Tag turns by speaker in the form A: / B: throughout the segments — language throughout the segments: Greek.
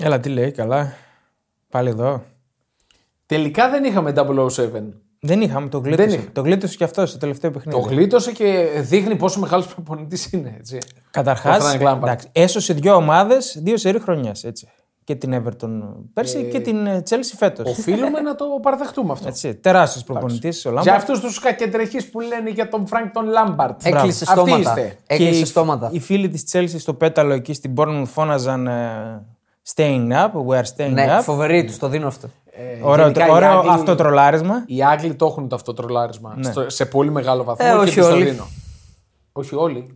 A: Έλα, τι λέει, καλά. Πάλι εδώ.
B: Τελικά δεν είχαμε 007.
A: Δεν είχαμε, το γλίτωσε.
B: είχα.
A: Το γλίτωσε και αυτός στο τελευταίο παιχνίδι.
B: Το γλίτωσε και δείχνει πόσο μεγάλος προπονητής είναι. Έτσι.
A: Καταρχάς,
B: Το Frank Lampard.
A: έσωσε δύο ομάδες δύο σερή χρονιέ. Έτσι. Και την Everton πέρσι και την ε, Chelsea φέτος.
B: Οφείλουμε να το παραδεχτούμε αυτό.
A: Έτσι, τεράστιος προπονητής ο
B: Για
A: Λάμπαρτ.
B: αυτούς τους κακεντρεχείς που λένε για τον Φρανκ τον Λάμπαρτ.
C: Έκλεισε
B: Αυτοί
C: στόματα.
B: είστε.
C: Έκλεισε
A: οι-
C: στόματα.
A: Οι φίλοι της Chelsea στο πέταλο εκεί στην Bournemouth φώναζαν ε, Staying up, we are staying
C: Ναι, Ε,
A: up. Ε,
C: φοβερή τους, το δίνω αυτό.
A: Ωραίο,
B: γενικά οι
A: ωραίο
B: Άγγλοι-
A: αυτό τρολάρισμα.
B: Οι Άγγλοι το έχουν το αυτό τρολάρισμα στο- σε πολύ μεγάλο βαθμό.
C: Ε,
B: και
C: όχι
B: εμείς το
C: όλοι.
B: δίνω. Όχι όλοι.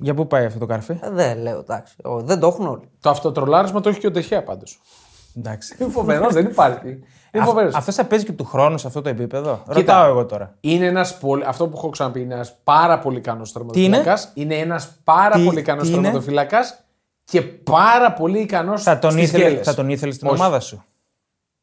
A: Για πού πάει αυτό το καρφί.
C: ναι. Ε, Δεν λέω, εντάξει. Ο, δεν το έχουν όλοι.
B: Το αυτοτρολάρισμα το έχει και ο Τεχέα πάντω.
A: Εντάξει.
B: Είναι φοβερός, δεν υπάρχει. Είναι φοβερός.
A: Αυτός θα παίζει και του χρόνου σε αυτό το επίπεδο.
B: Κοίτα.
A: Ρωτάω εγώ τώρα.
B: Είναι ένας πολύ, αυτό που έχω ξαναπεί, είναι ένας πάρα πολύ καλός τερματοφυλακά. Είναι, ένας πάρα
A: Τι-
B: πολύ ικανό
A: τι είναι?
B: τερματοφυλακά και πάρα πολύ ικανός
A: Θα τον, ήθελε,
B: ήθελε.
A: θα τον ήθελες στην
B: Όχι.
A: ομάδα σου.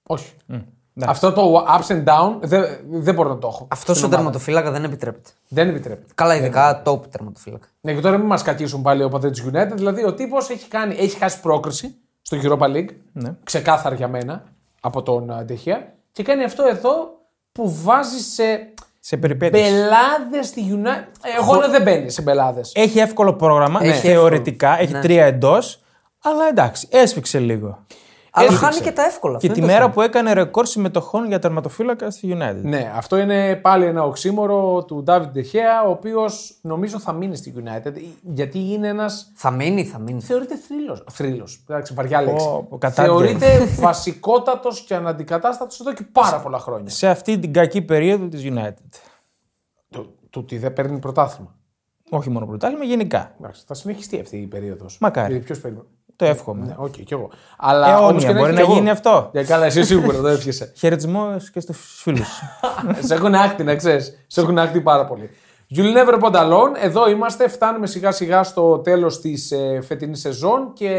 B: Όχι.
A: εντάξει.
B: Αυτό το ups and down δεν δεν μπορώ να το έχω.
C: Αυτός ο τερματοφύλακα δεν επιτρέπεται.
B: Δεν επιτρέπεται.
C: Καλά, ειδικά top τερματοφύλακα.
B: Ναι, και τώρα μην μας κακίσουν πάλι οι οπαδοί τη United. Δηλαδή, ο τύπος έχει, κάνει, έχει χάσει πρόκριση στο Europa League.
A: Ναι.
B: Ξεκάθαρα για μένα από τον Τεχεία. Και κάνει αυτό εδώ που βάζει σε
A: Σε περιπέτειες.
B: μπελάδες στη United. Εγώ λέω δεν μπαίνει σε μπελάδες.
A: Έχει εύκολο πρόγραμμα,
B: Ναι.
A: θεωρητικά. Έχει τρία εντός. Αλλά εντάξει, έσφιξε λίγο.
C: Αλλά
B: Έδειξε.
C: χάνει Ε, και τα εύκολα.
A: Και
C: αυτό
A: τη
C: είναι το
A: μέρα που έκανε ρεκόρ συμμετοχών για τερματοφύλακα στη United.
B: Ναι, αυτό είναι πάλι ένα οξύμορο του Ντάβιντ Ντεχέα, ο οποίος νομίζω θα μείνει στη United. Γιατί είναι ένας.
C: θέμα. Θα μείνει, θα μείνει.
B: Θεωρείται θρύλος. Θρύλος, εντάξει, βαριά λέξη.
A: Πω, πω, κατάντια.
B: Θεωρείται βασικότατος και αναντικατάστατος εδώ και πάρα πολλά χρόνια.
A: Σε αυτή την κακή περίοδο της United.
B: Του, του ότι δεν παίρνει πρωτάθλημα.
A: Όχι μόνο πρωτάθλημα, γενικά.
B: Εντάξει, θα συνεχιστεί αυτή η περίοδος.
A: Μακάρι.
B: Ποιο περιμένει.
A: Το εύχομαι.
B: Ναι, οκ, κι εγώ. Αλλά
A: Αιώνια,
B: όμως και
A: μπορεί
B: έχει
A: να
B: κι εγώ.
A: γίνει αυτό.
B: Για καλά, εσύ σίγουρα το έφυγε.
A: Χαιρετισμός και στους φίλους.
B: Σε έχουν άκτη, να ξέρεις. Σε έχουν άκτη πάρα πολύ. You'll never be alone. Εδώ είμαστε. Φτάνουμε σιγά σιγά στο τέλος της ε, φετινής σεζόν και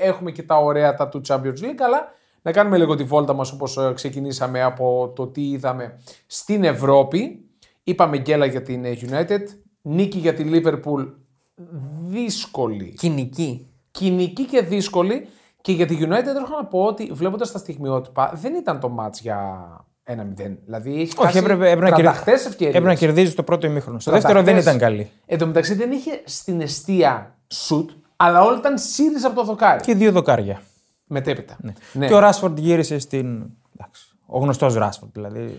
B: έχουμε και τα ωραία τα του Champions League. Αλλά να κάνουμε λίγο τη βόλτα μας όπως ξεκινήσαμε από το τι είδαμε στην Ευρώπη. Είπαμε γκέλα για την ε, United. Νίκη για τη Liverpool. Δύσκολη.
C: Κοινική.
B: Κοινική και δύσκολη. Και για τη United έχω να πω ότι βλέποντας τα στιγμιότυπα δεν ήταν το μάτς για 1-0. Δηλαδή έχει
A: Όχι, έπρεπε, έπρεπε, να κερδι-
B: κερδίσει.
A: έπρεπε να κερδίζεις το πρώτο ημίχρονο. Στο δεύτερο δεν ήταν καλή.
B: Εν τω μεταξύ δεν είχε στην αιστεία σουτ, αλλά όλα ήταν σύρριζα από το δοκάρι.
A: Και δύο δοκάρια.
B: Μετέπειτα. Ναι.
A: Και ο Ράσφορντ γύρισε στην. Εντάξει, ο γνωστός Ράσφορντ. Δηλαδή.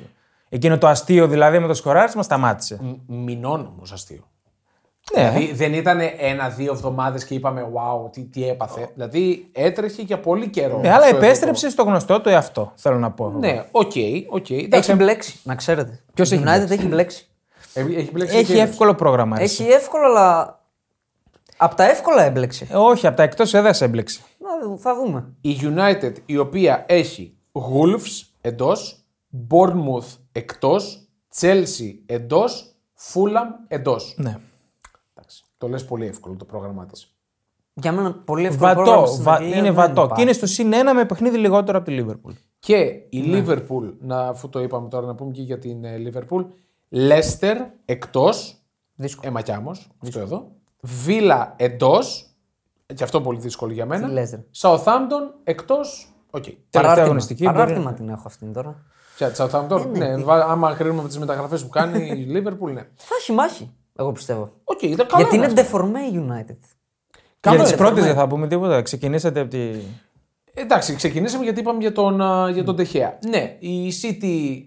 A: Εκείνο το αστείο δηλαδή με το σκοράρισμα σταμάτησε.
B: Μ- Μηνών όμως αστείο.
A: Ναι,
B: Δηλαδή δεν ήταν ένα-δύο εβδομάδες και είπαμε Wow, τι, τι έπαθε. Δηλαδή έτρεχε για πολύ καιρό.
A: ναι, Ε. αλλά
B: αυτό εδώ
A: επέστρεψε στο γνωστό του εαυτό, θέλω να πω.
B: το- Ναι, οκ, οκ.
C: Έχει
B: εντάξει,
C: μπλέξει, να ξέρετε. Ποιος
A: έχει
C: United έχει μπλέξει.
B: ε, Έχει, μπλέξει
A: Έχει
B: και-
A: εύκολο πρόγραμμα. ρε.
C: Έχει εύκολα, αλλά. Απ' τα εύκολα έμπλεξε.
A: Ε, όχι, από τα εκτός έδρα έμπλεξε.
C: Να δου- θα δούμε.
B: Η United η οποία έχει Wolves εντός, Bournemouth εκτός, Chelsea εντός, Fulham εντός.
A: Ναι.
B: Το λες πολύ εύκολο το πρόγραμμά της.
C: Για μένα πολύ εύκολο. πρόγραμμα
A: Βατό,
C: στην
A: βα-
C: Αγγλία
A: είναι
C: δεν
A: βατό.
C: υπάρχει.
A: Και είναι στο συν ένα με παιχνίδι λιγότερο από τη Λίβερπουλ.
B: Και η Liverpool, να, αφού το είπαμε τώρα να πούμε και για την ε, Liverpool, Leicester εκτός,
C: Δύσκολο.
B: ε, Μακιάμος, αυτό εδώ, Villa εντός, και αυτό πολύ δύσκολο για μένα,
C: Τι λες, ρε.
B: Southampton εκτός, οκ.
A: Τελευταία
C: Παράρτημα.
A: αγωνιστική.
C: Παράρτημα
A: μπορεί-
C: την έχω αυτήν τώρα.
B: Ποια, τη Southampton, ναι, βα- άμα κρίνουμε με τις μεταγραφές που κάνει η Liverpool, ναι.
C: Θα έχει μάχη, εγώ πιστεύω.
B: Οκ, ήταν καλά
C: Γιατί
B: είναι
C: είναι
B: αυτό.
C: ντεφορμέ η United.
A: Για
B: Καλό
A: τις
B: είναι,
A: πρώτες
B: ναι.
A: δεν θα πούμε τίποτα. Ξεκινήσατε από τη.
B: Εντάξει, ξεκινήσαμε γιατί είπαμε για τον, α, για τον Τεχέα. Ναι, η City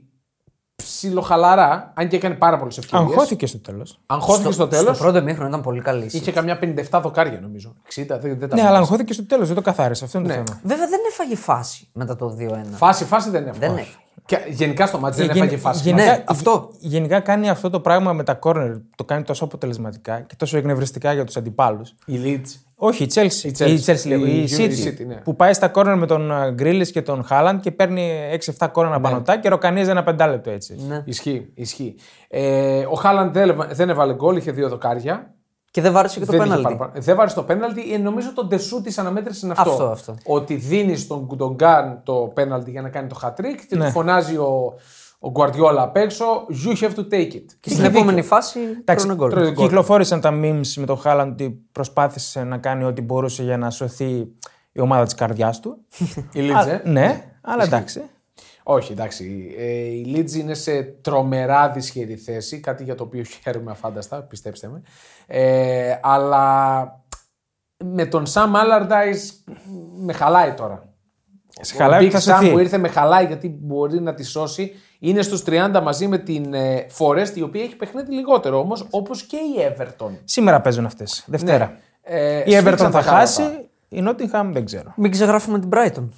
B: ψιλοχαλαρά, αν και έκανε πάρα πολλές ευκαιρίες.
A: Αγχώθηκε στο τέλος.
B: Αγχώθηκε στο τέλος.
C: Στο πρώτο μήχρονο ήταν πολύ καλή. η
B: Είχε καμιά 57 δοκάρια νομίζω. 60, δεν, δεν τα
A: Ναι,
B: θυμάμαι.
A: αλλά αγχώθηκε στο τέλος. Δεν το καθάρισε. Αυτό είναι το
B: Ναι.
A: θέμα.
C: Βέβαια δεν έφαγε φάση μετά το 2-1.
B: Φάση, φάση δεν έφαγε.
C: Δεν
B: Όχι.
C: έφαγε.
B: Και γενικά στο μάτι δεν
A: Γεν-
B: έφαγε φάση.
A: γενικά-
C: Ναι, αυτό.
A: γε- Γενικά κάνει αυτό το πράγμα με τα κόρνερ. Το κάνει τόσο αποτελεσματικά και τόσο εκνευριστικά για τους αντιπάλους.
B: Η Leeds.
A: Όχι, η Chelsea. Η,
B: Chelsea.
A: η, Chelsea, λέγω,
B: Η-
A: η
B: η
A: City,
B: City, ναι.
A: Που πάει στα κόρνερ με τον Γκρίλι και τον Χάλαντ και παίρνει 6-7
B: Ναι.
A: κόρνερ απανωτά και ροκανίζει ένα πεντάλεπτο έτσι.
C: Ναι.
B: Ισχύει, ισχύει. Ε, ο Χάλαντ δεν, έβα- δεν έβαλε γκολ, είχε δύο δοκάρια.
C: Και δεν βάρεσε και το
B: δεν, είχε
C: πέναλτι.
B: παραπάνω. δεν βάρεσε το πέναλτι. Ε, νομίζω το ντεσού της αναμέτρησης είναι αυτό.
C: Αυτό, αυτό.
B: Ότι δίνει στον Κουντογκάν το πέναλτι για να κάνει το χατρίκ
C: Ναι.
B: και του φωνάζει ο, ο Γκουαρδιόλα απ' έξω. You have to take it.
C: Και στην επόμενη φάση τρώνε γκολ.
B: τρώει γκολ.
A: Κυκλοφόρησαν τα memes με τον Χάλαντ ότι προσπάθησε να κάνει ό,τι μπορούσε για να σωθεί η η ομάδα της καρδιάς του.
B: Η Λίτζε.
A: Α, ναι, αλλά εντάξει.
B: Όχι, εντάξει. Ε, η Λίτζ είναι σε τρομερά δυσχερή θέση, κάτι για το οποίο χαίρομαι αφάνταστα, πιστέψτε με. Ε, αλλά με τον Sam Allardyce με χαλάει τώρα.
A: Σε χαλάει
B: ο
A: ότι
B: Big
A: θα
B: Sam που
A: σωθεί.
B: ήρθε με χαλάει γιατί μπορεί να τη σώσει. Είναι στους 30 μαζί με την ε, Forest, η οποία έχει παιχνίδι λιγότερο όμως, όπως και η Everton.
A: Σήμερα παίζουν αυτές. Δευτέρα.
B: Ε,
A: Η
B: σφίξαν
A: Everton
B: Ναι, τα
A: θα
B: χάρατα.
A: χάσει, η Nottingham δεν ξέρω.
C: Μην ξεγράφουμε την Brighton.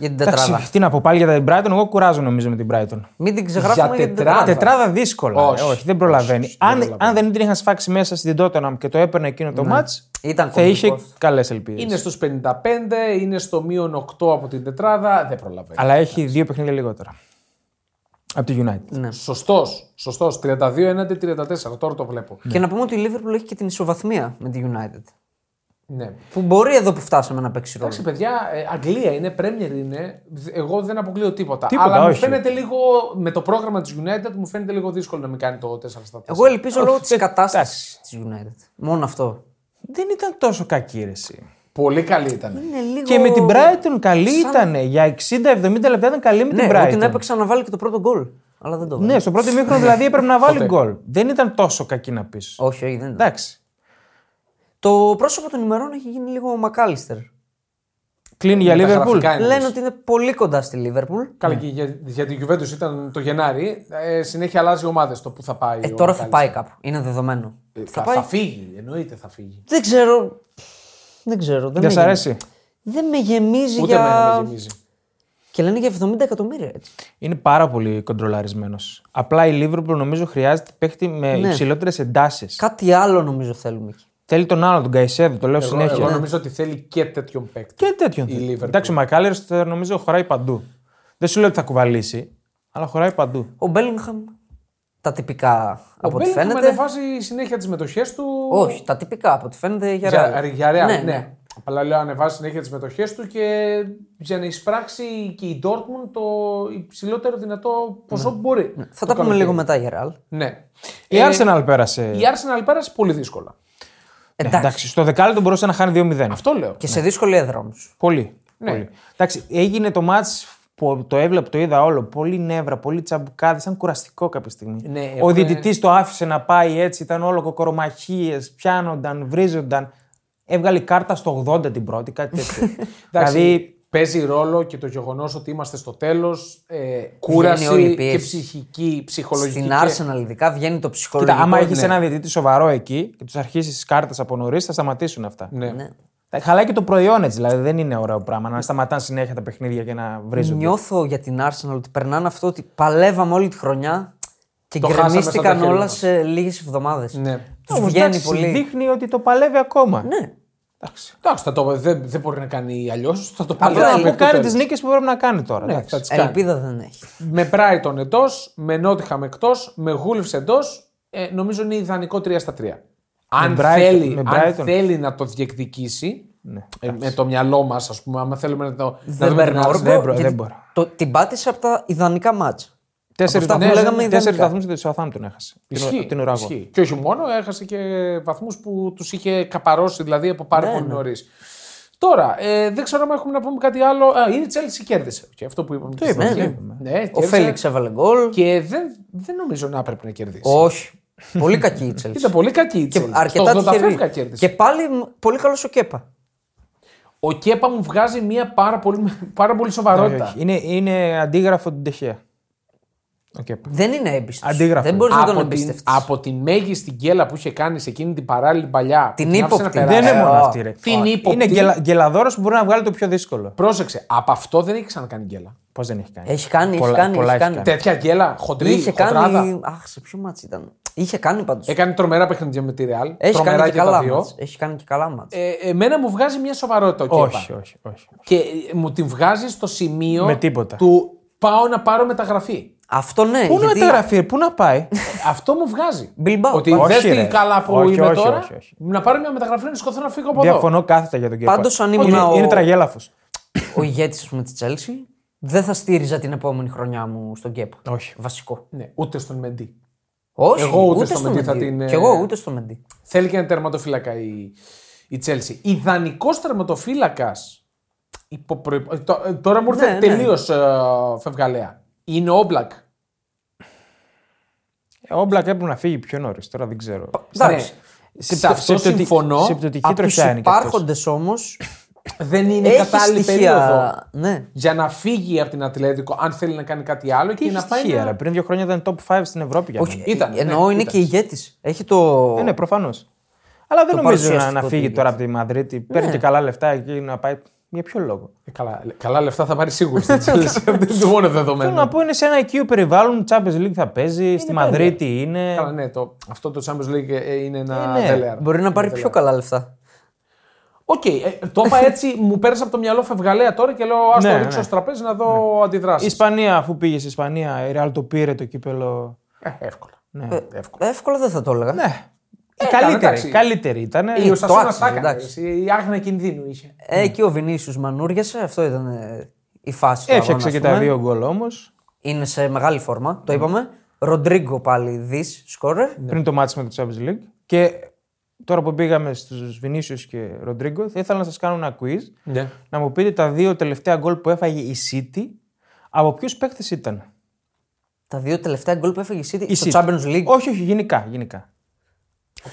C: Για την τετράδα.
A: Εντάξει, τι να πω πάλι για την Brighton, εγώ κουράζω νομίζω με την Brighton.
C: Μην την ξεγράφουμε για την
B: τετράδα.
C: τετράδα.
A: Τετράδα δύσκολα. ε,
B: Όχι.
A: Όχι, δεν προλαβαίνει.
B: Όχι,
A: αν,
B: δεν προλαβαίνει.
A: αν δεν την είχαν σφάξει μέσα στην Tottenham και το έπαιρνε εκείνο το μάτς,
C: Ήταν
A: θα είχε
C: κομβικός.
A: καλές ελπίδες.
B: Είναι στους 55, είναι στο μείον 8 από την τετράδα, δεν προλαβαίνει.
A: Αλλά έχει δύο παιχνίδια λιγότερα. Από τη United.
B: Σωστός. Σωστός. 32 έναντι 34. Τώρα το βλέπω.
C: Και να πούμε ότι η Liverpool έχει και την ισοβαθμία με τη United.
B: Ναι.
C: Που μπορεί εδώ που φτάσαμε να παίξει ρόλο.
B: Εντάξει, παιδιά, ε, Αγγλία είναι, Premier είναι. δ- Εγώ δεν αποκλείω τίποτα.
A: Τίποτα,
B: Αλλά μου
A: όχι.
B: φαίνεται λίγο. Με το πρόγραμμα της United μου φαίνεται λίγο δύσκολο να μην κάνει το 4 στα 4.
C: Εγώ ελπίζω λόγω τη
A: τε-
C: κατάσταση της United. Μόνο αυτό.
A: Δεν ήταν τόσο κακή η αίρεση.
B: Πολύ καλή ήταν.
A: Ναι,
C: Είναι λίγο.
A: Και με την Brighton καλή
C: σαν-
A: ήταν. Για 60-70 λεπτά ήταν καλή με
C: Ναι,
A: την
C: εγώ την
A: Brighton.
C: έπαιξα να βάλει και το πρώτο γκολ. Αλλά δεν το βάλε.
A: Ναι, στο πρώτο μήχρονο δηλαδή έπρεπε να βάλει
B: Ποτέ.
A: γκολ. Δεν ήταν τόσο κακή να πεις.
C: Όχι, όχι, δεν ήταν.
A: Εντάξει.
C: Το πρόσωπο των ημερών έχει γίνει λίγο μακάλιστερ.
A: Κλείνει για
B: Με τα
A: Liverpool.
B: γραφικά είναι.
C: Λένε ότι είναι Ναι. πολύ κοντά στη Λίβερπουλ.
B: Καλά, και για, για την Juventus ήταν το Γενάρη. Ε, συνέχεια αλλάζει ομάδες το που θα πάει.
C: Ε,
B: ο
C: τώρα θα
B: Μιχάλης.
C: πάει κάπου. Είναι δεδομένο.
B: Ε, Θα,
C: θα πάει.
B: θα φύγει, εννοείται θα φύγει.
C: Δεν ξέρω. Δεν ξέρω. Δεν
A: Δεν
C: με
A: σ'
C: γεμίζει.
A: αρέσει.
C: Δεν με γεμίζει
B: Ούτε
C: για.
B: εμένα με γεμίζει.
C: Και λένε για 70 εκατομμύρια έτσι.
A: Είναι πάρα πολύ κοντρολαρισμένος. Απλά η Liverpool νομίζω χρειάζεται παίχτη με ναι. υψηλότερες εντάσεις.
C: Κάτι άλλο νομίζω θέλουμε εκεί.
A: Θέλει τον άλλο, τον Καϊσέδο, το λέω
B: Εγώ,
A: συνέχεια.
B: εγώ νομίζω ότι θέλει και τέτοιον παίκτη.
A: Και τέτοιον.
B: Η
A: θέλει.
B: Liverpool.
A: Εντάξει, ο Μακάλερ νομίζω χωράει παντού. Δεν σου λέω ότι θα κουβαλήσει, αλλά χωράει παντού.
C: Ο Μπέλιγχαμ. Τα τυπικά από ό,τι
B: Μπέλιγχαμ
C: φαίνεται.
B: ανεβάζει συνέχεια τις μετοχές του.
C: Όχι, τα τυπικά από ό,τι φαίνεται για
B: Για,
C: Real.
B: για Real,
C: Ναι,
B: ναι,
C: ναι.
B: Απλά λέω ανεβάσει συνέχεια τις μετοχές του και για να εισπράξει και η Dortmund το υψηλότερο δυνατό ποσό που μπορεί.
C: Ναι. Θα τα πούμε λίγο μετά για Real.
B: Ναι.
A: Η
B: Ε,
A: Arsenal πέρασε. Ε,
B: η Arsenal πέρασε πολύ δύσκολα. Ναι,
C: Εντάξει.
A: Εντάξει, στο δεκάλεπτο μπορούσε να χάνει 2-0.
B: Αυτό λέω.
C: Και σε δύσκολη έδρα όμως.
A: Πολύ.
B: Ναι.
A: πολύ. Εντάξει, έγινε το μάτς που το έβλεπα, το είδα όλο. Πολύ νεύρα, πολύ τσαμπουκάδες, σαν κουραστικό κάποια στιγμή.
B: Ναι,
A: Ο
B: έχουμε-
A: διαιτητής το άφησε να πάει έτσι, ήταν όλο κοκορομαχίες, πιάνονταν, βρίζονταν. Έβγαλε κάρτα στο 80 την πρώτη, κάτι τέτοιο.
B: Εντάξει,
A: δηλαδή,
B: παίζει ρόλο και το γεγονός ότι είμαστε στο τέλος. Ε, κούραση
C: όλη η
B: και
C: πίεση.
B: ψυχική, ψυχολογική.
C: Στην
B: και-
C: Arsenal ειδικά βγαίνει το ψυχολογικό.
A: κοίτα, άμα έχεις
B: ναι.
A: ένα διαιτητή σοβαρό εκεί και τους αρχίσεις τις κάρτες από νωρίς, θα σταματήσουν αυτά.
B: Ναι.
C: Ναι.
A: Τα- Χαλάει και το προϊόν έτσι, δηλαδή δεν είναι ωραίο πράγμα να σταματάνε συνέχεια τα παιχνίδια και να βρίζουν.
C: Νιώθω για την Arsenal ότι περνάνε αυτό ότι παλεύαμε όλη τη χρονιά και
B: Το χάσαμε στα
C: γκρεμίστηκαν
B: χέρια
C: όλα
B: μας.
C: σε λίγες εβδομάδες.
B: Ναι.
C: Τους βγαίνει πολύ.
A: Δείχνει ότι το παλεύει ακόμα.
C: Ναι.
B: Εντάξει, θα το- δεν, δεν μπορεί να κάνει αλλιώς. Θα το πάρει.
A: Απλά
C: Απλά
A: να
C: μέχρι
A: που κάνει τι νίκες που πρέπει να κάνει τώρα. εντάξει.
B: θα τις κάνει.
C: Ελπίδα δεν έχει.
B: Με Brighton εντός, με Nottingham εκτός, με Wolves εντός. Ε, νομίζω είναι ιδανικό 3 στα 3. Αν,
A: Brighton,
B: θέλει,
A: με
B: αν
A: Brighton.
B: θέλει να το διεκδικήσει,
A: Ναι,
B: ε, με το μυαλό μας, ας πούμε, άμα θέλουμε να το.
C: Δεν παίρνω όρκο.
A: δεν μπορώ,
C: γιατί
A: δεν μπορώ.
C: το- Την πάτησε από τα ιδανικά μάτσα.
A: Τέσσερι
C: αυτά που λέγαμε
A: βαθμού
C: ιδανικά.
A: για τη Southampton έχασε.
B: Ισχύει,
A: Την ουραγό.
B: ισχύει. Και όχι μόνο, έχασε και βαθμούς που τους είχε καπαρώσει δηλαδή από πάρα πολύ νωρίς. Τώρα, ε, δεν ξέρω αν έχουμε να πούμε κάτι άλλο. Α, η Chelsea κέρδισε. Και αυτό που είπαμε. Το
A: είπαμε, το
B: Ναι,
C: Ο
B: κέρδισε.
C: Φέληξ έβαλε γκολ.
B: Και δεν, δεν νομίζω να έπρεπε να κερδίσει.
C: Όχι. πολύ κακή η Chelsea.
B: Ήταν πολύ κακή η Chelsea.
C: Αρκετά
B: Στο 85
C: τυχερή.
B: κέρδισε.
C: Και πάλι μ, πολύ καλός ο Κέπα.
B: Ο Κέπα μου βγάζει μια πάρα πολύ, πάρα πολύ
A: Ναι, Όχι,
B: σοβαρότητα.
A: όχι. Είναι, είναι αντίγραφο την Τεχεία. Okay.
C: Δεν είναι έμπιστος.
A: Αντίγραφο.
C: Δεν μπορείς να τον
B: από, την,
C: εμπιστευτείς.
B: από την μέγιστη γκέλα που είχε κάνει σε εκείνη την παράλληλη παλιά.
C: Την
B: που άφησε να
C: ύποπτη.
B: περάσει.
A: Δεν είναι
C: ε,
A: μόνο
C: α,
A: αυτή. Ρε.
B: την ύποπτη.
A: Είναι γελα, γελαδόρο που μπορεί να βγάλει το πιο δύσκολο.
B: Πρόσεξε, από αυτό δεν έχει ξανακάνει γκέλα.
A: Πώς δεν έχει κάνει.
C: Έχει κάνει, έχει
A: Πολλά-
C: κάνει.
A: πολλά
C: έχει
A: έχει
C: κάνει.
B: Τέτοια γκέλα, χοντρή,
C: Είχε
B: χοντράδα.
C: κάνει. Αχ, σε ποιο μάτσο ήταν. Είχε κάνει πάντως.
B: Έκανε τρομερά παιχνίδια με τη Ρεάλ.
C: Έχει
B: τρομερά
C: κάνει και,
B: τα
C: καλά
B: δύο.
C: μάτς. Έχει κάνει και καλά μάτς.
B: Ε, εμένα μου βγάζει μια σοβαρότητα ο Κέπα.
A: Όχι, όχι, όχι.
B: Και ε, μου την βγάζει στο σημείο
A: Με τίποτα.
B: του πάω να πάρω μεταγραφή.
C: Αυτό ναι.
A: Πού να
C: γιατί
A: μεταγραφεί, πού να πάει.
B: Αυτό μου βγάζει.
C: Bilbao.
B: Ότι
A: Όχι,
B: δεν
A: ρε.
B: την καλά που
A: Όχι,
B: είμαι
A: όχι,
B: τώρα.
A: όχι, όχι.
B: Να πάρω μια μεταγραφή να σκοτώ να φύγω από εδώ.
A: Διαφωνώ κάθετα για τον Κέπα.
C: Πάντως, αν ήμουν
A: Είναι,
C: ο-
A: είναι τραγέλαφος.
C: Ο ηγέτης ας πούμε, της Chelsea δεν θα στήριζα την επόμενη χρονιά μου στον Κέπα.
A: Όχι.
C: Βασικό.
B: Ναι, ούτε στον Μεντί.
C: Όχι,
B: Εγώ ούτε στο Mendy θα
C: Mendy.
B: την, ε,
C: Κι εγώ ούτε στο Μεντί.
B: Θέλει και ένα τερματοφύλακα η, η Chelsea. Ιδανικός τερματοφύλακας. ε, Τώρα μου ήρθε
C: Ναι, ναι.
B: τελείως φευγαλέα. Είναι ο Όμπλακ.
A: Ε, Ο Μπλακ έπρεπε να φύγει πιο νωρίς, τώρα δεν ξέρω.
C: Εντάξει.
B: Ναι. Σε αυτό συμφωνώ.
A: Σε πτωτική
C: Από τους
A: τροχιά είναι και αυτός.
C: υπάρχοντες όμως,
B: Δεν είναι η
C: έχει
B: κατάλληλη περίοδο.
C: στοιχεία. Ναι.
B: για να φύγει από την Ατλέτικο, αν θέλει να κάνει κάτι άλλο και, να πάει.
A: Στοιχεία,
B: να-
A: ρε. Πριν δύο χρόνια ήταν top 5 στην Ευρώπη για μένα.
C: Όχι,
B: Ήταν, ναι,
C: εννοώ είναι
B: ήταν.
C: και ηγέτης. Έχει το...
A: Ε, ναι, προφανώς. Αλλά δεν νομίζω να,
C: παρουσιαστικό
A: να
C: του
A: φύγει
C: ηγέτη.
A: τώρα από τη Μαδρίτη.
B: Ναι.
A: Παίρνει και καλά λεφτά εκεί να πάει. Για ποιο λόγο.
B: Ε, Καλά, καλά λεφτά θα πάρει σίγουρα στην Chelsea. Αυτό είναι το μόνο
A: Θέλω
B: δεδομένο.
A: να πω είναι σε ένα οικείο περιβάλλον. Champions League θα παίζει. στη Μαδρίτη είναι.
B: Καλά, Ε, ναι, το, αυτό το Champions League ε, ε, είναι ένα
A: Ε, ναι.
B: δελεαρ.
C: Μπορεί να πάρει πιο καλά λεφτά.
B: Οκ, ε, το είπα έτσι, μου πέρασε από το μυαλό φευγαλέα τώρα και λέω ας το
A: Ναι,
B: ρίξω
A: ναι.
B: στο τραπέζι να δω
A: Η
B: αντιδράσεις.
A: Ισπανία, αφού πήγες στην Ισπανία, η Ρεάλ το πήρε το κύπελο.
B: Ε, εύκολα.
C: Ε, Εύκολα δεν θα το έλεγα.
A: Ναι. Η
B: Ε, καλά,
A: καλύτερη,
B: εντάξει. Ε,
A: καλύτερη ήταν.
B: Η Οσασούνα
C: Ε, άξιζε,
B: τα έκανε,
C: εντάξει.
B: έτσι, Η άγνοια κινδύνου είχε.
C: Ε, εκεί ο Βινίσιους μανούριασε. Αυτό ήταν ε, η φάση του.
A: Έφτιαξε
C: αγώνα,
A: και
C: ας
A: τα
C: πούμε.
A: δύο γκολ όμως.
C: Είναι σε μεγάλη φόρμα,
A: Ναι.
C: το είπαμε. Ροντρίγκο πάλι δις σκόρερ.
B: Ναι.
A: Πριν το μάτι με το Champions League. Και τώρα που πήγαμε στους Βινίσιου και Ροντρίγκο, θα ήθελα να σας κάνω ένα quiz.
B: Ναι.
A: Να μου πείτε τα δύο τελευταία γκολ που έφαγε η City. Από ποιους παίκτες ήταν.
C: Τα δύο τελευταία γκολ που έφεγε η City
A: Η
C: στο
A: City.
C: Champions League.
A: Όχι, όχι, γενικά. γενικά.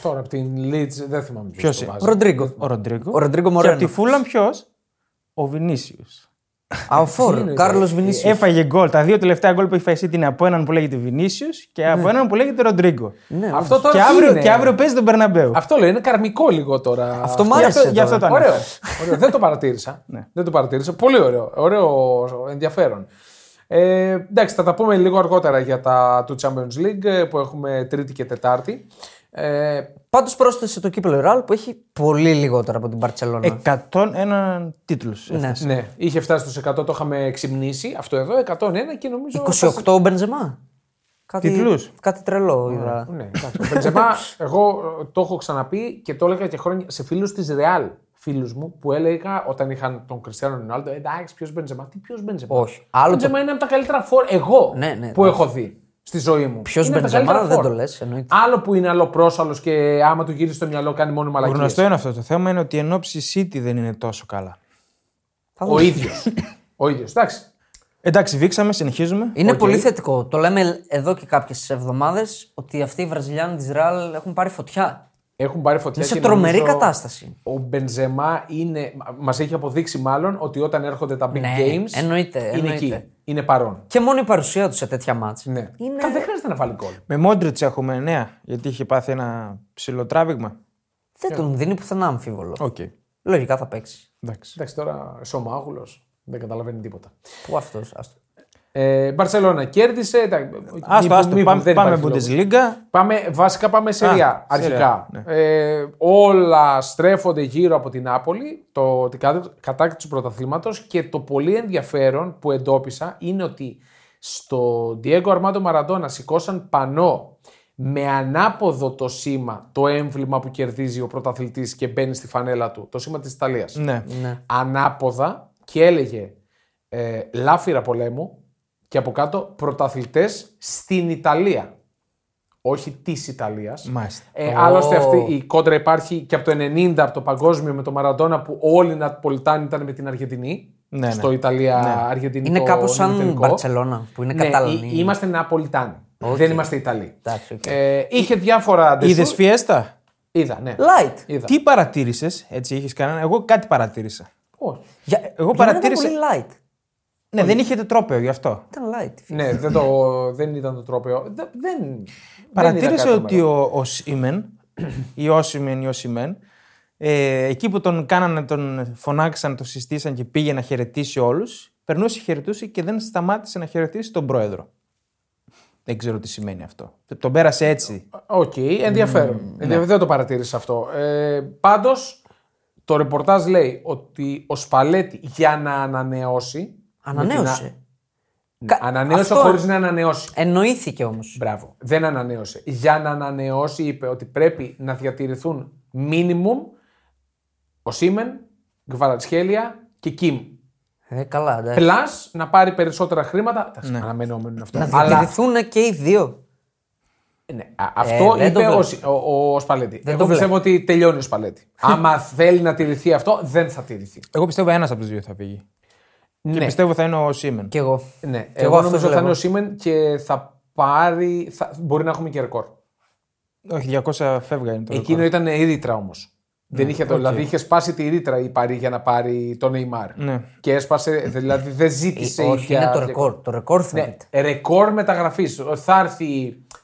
B: Τώρα από την Leeds δεν θυμάμαι ποιος
A: Ποιος
B: το
A: είναι.
B: βάζει.
C: Ροντρίγκο.
A: Ο Ροντρίγκο.
C: Ο Ροντρίγκο
A: και από τη
C: Μορένο.
A: Φούλαμ ποιος. Ο Βινίσιου.
C: Αοφόρ. Κάρλος
A: ε,
C: Βινίσιους.
A: Έφαγε γκολ. Τα δύο τελευταία γκολ που έχει φάει η City είναι από έναν που λέγεται Βινίσιους και από έναν που λέγεται Ροντρίγκο.
C: Ναι,
B: Αυτό Ναι. τώρα
A: Και
B: τι
A: αύριο,
B: είναι?
A: και αύριο παίζει τον Περναμπέου.
B: Αυτό λέω, είναι καρμικό λίγο τώρα.
C: Αυτό μ' άρεσε.
A: αυτό- γι' αυτό
C: τώρα. Ναι.
A: το
B: Ωραίο.
A: ανέφερα.
B: ωραίο. Δεν το παρατήρησα. Δεν το παρατήρησα. Πολύ ωραίο. Ωραίο ενδιαφέρον. Ε, εντάξει, θα τα πούμε λίγο αργότερα για τα του Champions League ε, που έχουμε Τρίτη και Τετάρτη. Ε,
C: Πάντως πρόσθεσε το κύπελο η Ραλ που έχει πολύ λιγότερα από την Παρσελόνα.
A: Ε, 101 τίτλους.
C: ναι.
B: ναι, είχε φτάσει στους 100, το είχαμε ξυμνήσει. Αυτό εδώ, 101 και νομίζω.
C: 28 ο Μπενζεμά. Κάτι,
A: Τίτλους.
C: κάτι τρελό. είδα.
B: Ναι, εντάξει. Ο Μπεντζεμά, εγώ ε, το έχω ξαναπεί και το έλεγα και χρόνια σε φίλους της Ρεάλ. Φίλους μου που έλεγα όταν είχαν τον Κριστιανό Ρινάλντο, εντάξει, ποιος Μπεντζεμά, τι ποιος Μπεντζεμά.
C: Όχι. Άλλο το
B: Μπεντζεμά είναι από τα καλύτερα φόρ εγώ
C: Ναι, ναι,
B: που
C: εντάξει.
B: έχω δει στη ζωή μου.
C: ποιος
B: Είναι από τα
C: Μπενζεμά
B: καλύτερα φόρ.
C: δεν το λες. Εννοείται.
B: Άλλο που είναι αλλοπρόσαλο και άμα του γύρει στο μυαλό κάνει μόνο
A: Το γνωστό
B: μαλακίες.
A: είναι αυτό. Το θέμα είναι ότι η ενόψη City δεν είναι τόσο καλά.
C: Θα
B: Ο
C: δούμε.
B: ίδιος. ο ίδιος. Εντάξει.
A: Εντάξει, βήξαμε, συνεχίζουμε.
C: Είναι πολύ θετικό. Το λέμε εδώ και κάποιες εβδομάδες ότι αυτοί οι Βραζιλιάνοι της Ραλ έχουν πάρει φωτιά.
B: Έχουν πάρει φωτιά.
C: Είναι σε
B: και
C: τρομερή
B: νομίζω
C: κατάσταση.
B: Ο Μπενζεμά είναι, μας έχει αποδείξει μάλλον ότι όταν έρχονται τα big
C: Ναι,
B: games
C: εννοείται,
B: είναι
C: εννοείται.
B: εκεί, είναι παρόν.
C: Και μόνο η παρουσία τους σε τέτοια μάτς.
B: Ναι.
C: Είναι-
B: Καλά, δεν χρειάζεται να βάλει γκολ.
A: Με Μόντριτ έχουμε νέα, γιατί είχε πάθει ένα ψηλοτράβηγμα.
C: Δεν τον δίνει πουθενά αμφίβολο.
A: Οκ.
C: Λογικά θα παίξει.
A: Εντάξει.
B: Εντάξει τώρα σωμάγουλος, δεν καταλαβαίνει τίποτα.
C: Πού αυτός. Άστο.
B: Ε, Μπαρσελώνα κέρδισε. εντάξει,
A: Άστο,
B: μήπως-
A: άστο,
B: μήπως
A: πάμε,
B: δεν
A: πάμε
B: υπάρχει λόγος.
A: Bundesliga.
B: Πάμε, βασικά πάμε σε
A: Α,
B: Ριά
A: Serie A,
B: αρχικά.
A: ναι.
B: Ε, όλα στρέφονται γύρω από την Νάπολη, το, την κατά- κατάκτηση του πρωταθλήματος και το πολύ ενδιαφέρον που εντόπισα είναι ότι στο Diego Armando Maradona σηκώσαν πανό με ανάποδο το σήμα, το έμβλημα που κερδίζει ο πρωταθλητής και μπαίνει στη φανέλα του, το σήμα της Ιταλίας.
A: Ναι.
C: Ναι.
B: Ανάποδα και έλεγε ε, λάφυρα πολέμου και από κάτω πρωταθλητές στην Ιταλία. Όχι της Ιταλίας.
A: Μάλιστα.
B: Ε,
C: Ω.
B: Άλλωστε, αυτή η κόντρα υπάρχει και από το 90 από το παγκόσμιο με το Μαραντόνα που όλοι οι Νατπολιτάνοι ήταν με την Αργεντινή.
A: Ναι, ναι.
B: Στο Ιταλία-Αργεντινικό.
C: Είναι κάπως σαν
B: ημιτελικό.
C: Μπαρσελόνα που είναι
B: Ναι,
C: Καταλανή.
B: εί- είμαστε Ναπολιτάνοι. Δεν είμαστε Ιταλοί.
C: Εντάξει, οκ.
B: Ε, είχε διάφορα ντεσού.
A: Είδες φιέστα.
B: Είδα, ναι.
C: Light.
B: Είδα.
A: Τι παρατήρησες, έτσι είχε κανένα. Εγώ κάτι παρατήρησα.
B: Όχι.
C: Για...
A: Εγώ
C: για μένα
A: παρατήρησα-
C: Ήταν πολύ light.
A: Ναι, δεν είχε το τρόπαιο γι' αυτό.
C: Ήταν light.
B: Ναι, δεν, το, δεν ήταν το τρόπαιο. Δε- Δεν, δεν είδα κάτι
A: Παρατήρησε ότι
B: τρομερό.
A: ο, ο Σίμεν, ή Όσιμεν ή ο Σίμεν, ε, εκεί που τον κάνανε, τον φωνάξαν, τον συστήσαν και πήγε να χαιρετήσει όλους, περνούσε, χαιρετούσε και δεν σταμάτησε να χαιρετήσει τον πρόεδρο. Δεν ξέρω τι σημαίνει αυτό. Τον πέρασε έτσι.
B: Οκ, ενδιαφέρον. Ενδιαφέρον, Δεν το παρατήρησα αυτό. Ε, Πάντως, το ρεπορτάζ λέει ότι ο Σπαλέτη για να ανανεώσει. με
C: Ανανέωσε.
B: την α- Ανανέωσε
C: αυτό-
B: χωρίς να ανανεώσει.
C: Εννοήθηκε όμως.
B: Μπράβο. Δεν ανανέωσε. Για να ανανεώσει, είπε ότι πρέπει να διατηρηθούν minimum ο Σίμεν, Γκβαρατσχέλια και Κιμ.
C: Ε, καλά, εντάξει.
B: Plus να πάρει περισσότερα χρήματα. Εντάξει, Αναμενόμενο είναι αυτό.
C: Να
B: Αλλά
C: διατηρηθούν και οι δύο.
B: Ναι, α- αυτό
C: Ε, δεν το
B: είπε ο,
C: βλέπω.
B: Σι- ο, ο Σπαλέτη.
C: Δεν
B: Εγώ
C: το
B: πιστεύω ότι τελειώνει ο Σπαλέτη. Άμα θέλει να τηρηθεί αυτό, δεν θα τηρηθεί.
A: Εγώ πιστεύω ένας από τους δύο θα φύγει.
B: Ναι.
A: Και πιστεύω θα είναι ο Σίμεν.
C: Κι εγώ.
B: Ναι, εγώ,
C: Κι εγώ αυτό
B: νομίζω θα
C: βλέπω.
B: είναι ο Σίμεν και θα πάρει. Θα, μπορεί να έχουμε και ρεκόρ.
A: Όχι, 200 φεύγα είναι το
B: Εκείνο
A: ρεκόρ.
B: ήταν η ρήτρα όμως.
C: Ναι,
B: Δεν είχε το, δηλαδή είχε σπάσει τη ρήτρα η Παρή για να πάρει τον Neymar.
A: Ναι.
B: Και έσπασε, δηλαδή δεν ζήτησε.
C: Ε, Όχι,
B: για-
C: είναι το ρεκόρ. Το ρεκόρ θα
B: Ναι,
C: δείτε.
B: ρεκόρ μεταγραφής. Θα έρθει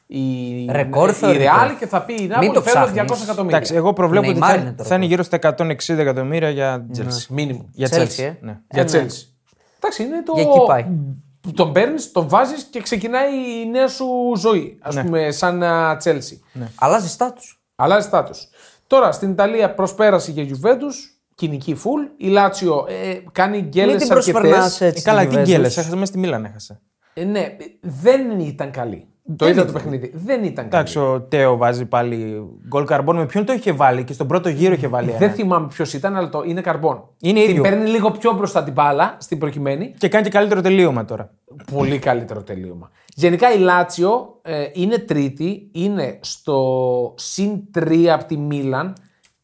B: η,
C: Ρεκόρ
B: η
C: θεωρητικό.
B: Real και θα πει η Νάπολη
C: Μην το
B: θέλω 200
C: ψάχνεις.
B: εκατομμύρια.
A: Εντάξει, εγώ προβλέπω
C: Το
A: ότι
C: Neymar
A: θα,
C: είναι το
A: θα είναι
C: ρεκόρ.
A: γύρω στα 160 εκατομμύρια για Chelsea.
B: Μήνυμο.
A: Για
C: Chelsea,
A: Chelsea,
C: ε.
A: ναι.
B: Για Chelsea. Εντάξει, είναι το.
C: Για εκεί πάει.
B: Τον παίρνεις, τον βάζεις και ξεκινάει η νέα σου ζωή. Ας πούμε, σαν α, Chelsea.
C: Αλλάζει στάτους.
B: Αλλάζει στάτους. Τώρα στην Ιταλία προσπέρασε για Juventus, κοινική φουλ. Η Λάτσιο ε, κάνει
C: Μην
B: γκέλες
C: την
B: αρκετέ.
C: προσπερνά έτσι.
A: Ε, καλά,
C: την
A: τι
C: Juventus.
A: γκέλε. Έχασα μέσα στη Μίλαν. Έχασα.
B: Ε, ναι, ε, δεν ήταν καλή. το είδα το παιχνίδι. Δεν ήταν καλή.
A: Εντάξει, ο Τέο βάζει πάλι γκολ καρμπών. Με ποιον το είχε βάλει και στον πρώτο γύρο είχε βάλει
B: Δεν
A: ένα.
B: θυμάμαι ποιος ήταν, αλλά το είναι καρμπόν.
A: Είναι
B: την
A: ίδιο.
B: παίρνει λίγο πιο μπροστά την μπάλα στην προκειμένη.
A: Και κάνει και καλύτερο τελείωμα τώρα.
B: Πολύ καλύτερο τελείωμα. Γενικά η Λάτσιο ε, είναι τρίτη, είναι στο συν 3 από τη Μίλαν.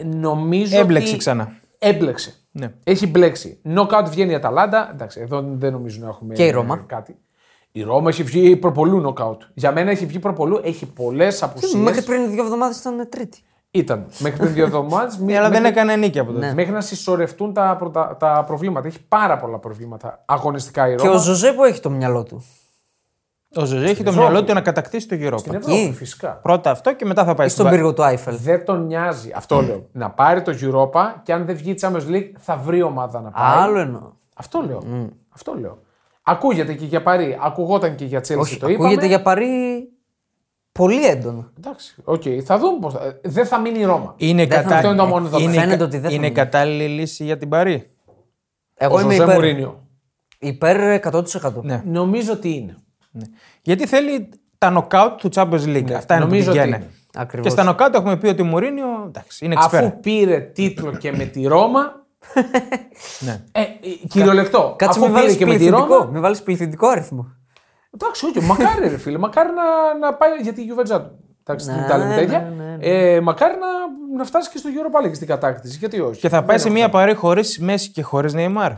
B: Νομίζω
A: Έμπλεξε
B: ότι-
A: ξανά.
B: Έμπλεξε.
A: Ναι.
B: Έχει μπλέξει. Νοκάουτ βγαίνει η Αταλάντα. Εντάξει, εδώ δεν νομίζω να έχουμε
C: Και η Ρώμα.
B: ε, κάτι. Η Ρώμα έχει βγει προπολού νοκάουτ. Για μένα έχει βγει προπολού, έχει πολλές απουσίες.
C: Μέχρι πριν δύο εβδομάδες ήταν τρίτη.
B: Ήταν. Μέχρι πριν δύο εβδομάδες.
A: Ναι, αλλά δεν έκανε νίκη από τότε.
B: Ναι.
C: Ναι.
B: Μέχρι να συσσωρευτούν τα, προτα- τα προβλήματα. Έχει πάρα πολλά προβλήματα αγωνιστικά η
C: Και
B: Ρώμα.
C: ο Ζωζέ που έχει το μυαλό του.
A: Ο Ζωζέ έχει το μυαλό του να κατακτήσει το γύρο.
B: Στην Ευρώπη,
C: εκεί.
B: φυσικά.
A: Πρώτα αυτό και μετά θα πάει
C: Ή Ε, στον
A: στην
C: πύργο του Άιφελ.
B: Δεν τον νοιάζει. Αυτό λέω. να πάρει το Europa και αν δεν βγει η Champions League θα βρει ομάδα να πάει.
C: Άλλο εννοώ.
B: Αυτό λέω. Αυτό λέω. Ακούγεται και για Παρή. Ακουγόταν και για Chelsea
C: Όχι,
B: το είπαμε.
C: ακούγεται για παρή πολύ έντονα.
B: Εντάξει, οκ. Θα δούμε πώς θα... ε, Δεν θα μείνει η Ρώμα.
A: Είναι,
C: Δεν θα-
A: κατάλληλη-
B: αυτό είναι το μόνο δεδομένο.
A: είναι,
C: Φαίνεται
A: κα-
C: ότι δεν θα
A: είναι
C: μείνει.
A: κατάλληλη λύση για την Παρή.
C: Εγώ
B: ο
C: είμαι
B: Ζωζέ
C: υπέρ,
B: Μουρίνιο.
C: υπέρ 100%.
A: Ναι.
B: Νομίζω ότι είναι.
A: Γιατί θέλει τα νοκάουτ του Champions League. Αυτά είναι
B: νομίζω
A: που την
B: ότι
A: καίνε.
B: είναι.
C: Ακριβώς.
A: Και στα νοκάουτ έχουμε πει ότι ο Μουρίνιο εντάξει, είναι
B: Αφού
A: εξπέρα.
B: πήρε τίτλο και με τη Ρώμα.
A: Ναι.
B: Ε, ε, κυριολεκτό.
C: Κάτσε
B: αφού
C: μην βάλεις
B: πήρε και με τη
C: πληθυντικό,
B: Ρώμα.
C: μην βάλεις πληθυντικό αριθμό.
B: Εντάξει, όχι, μακάρι ρε φίλε, μακάρι να, να πάει γιατί η Γιουβεντζά του. Εντάξει, την
C: Ναι,
B: Ιταλία είναι
C: ναι,
B: τέτοια.
C: ναι, ναι,
B: Ε, μακάρι να, να φτάσεις και στο Europa League στην κατάκτηση. Γιατί όχι.
A: Και θα πάει σε μια Παρή χωρίς Μέση και χωρίς Νεϊμάρ.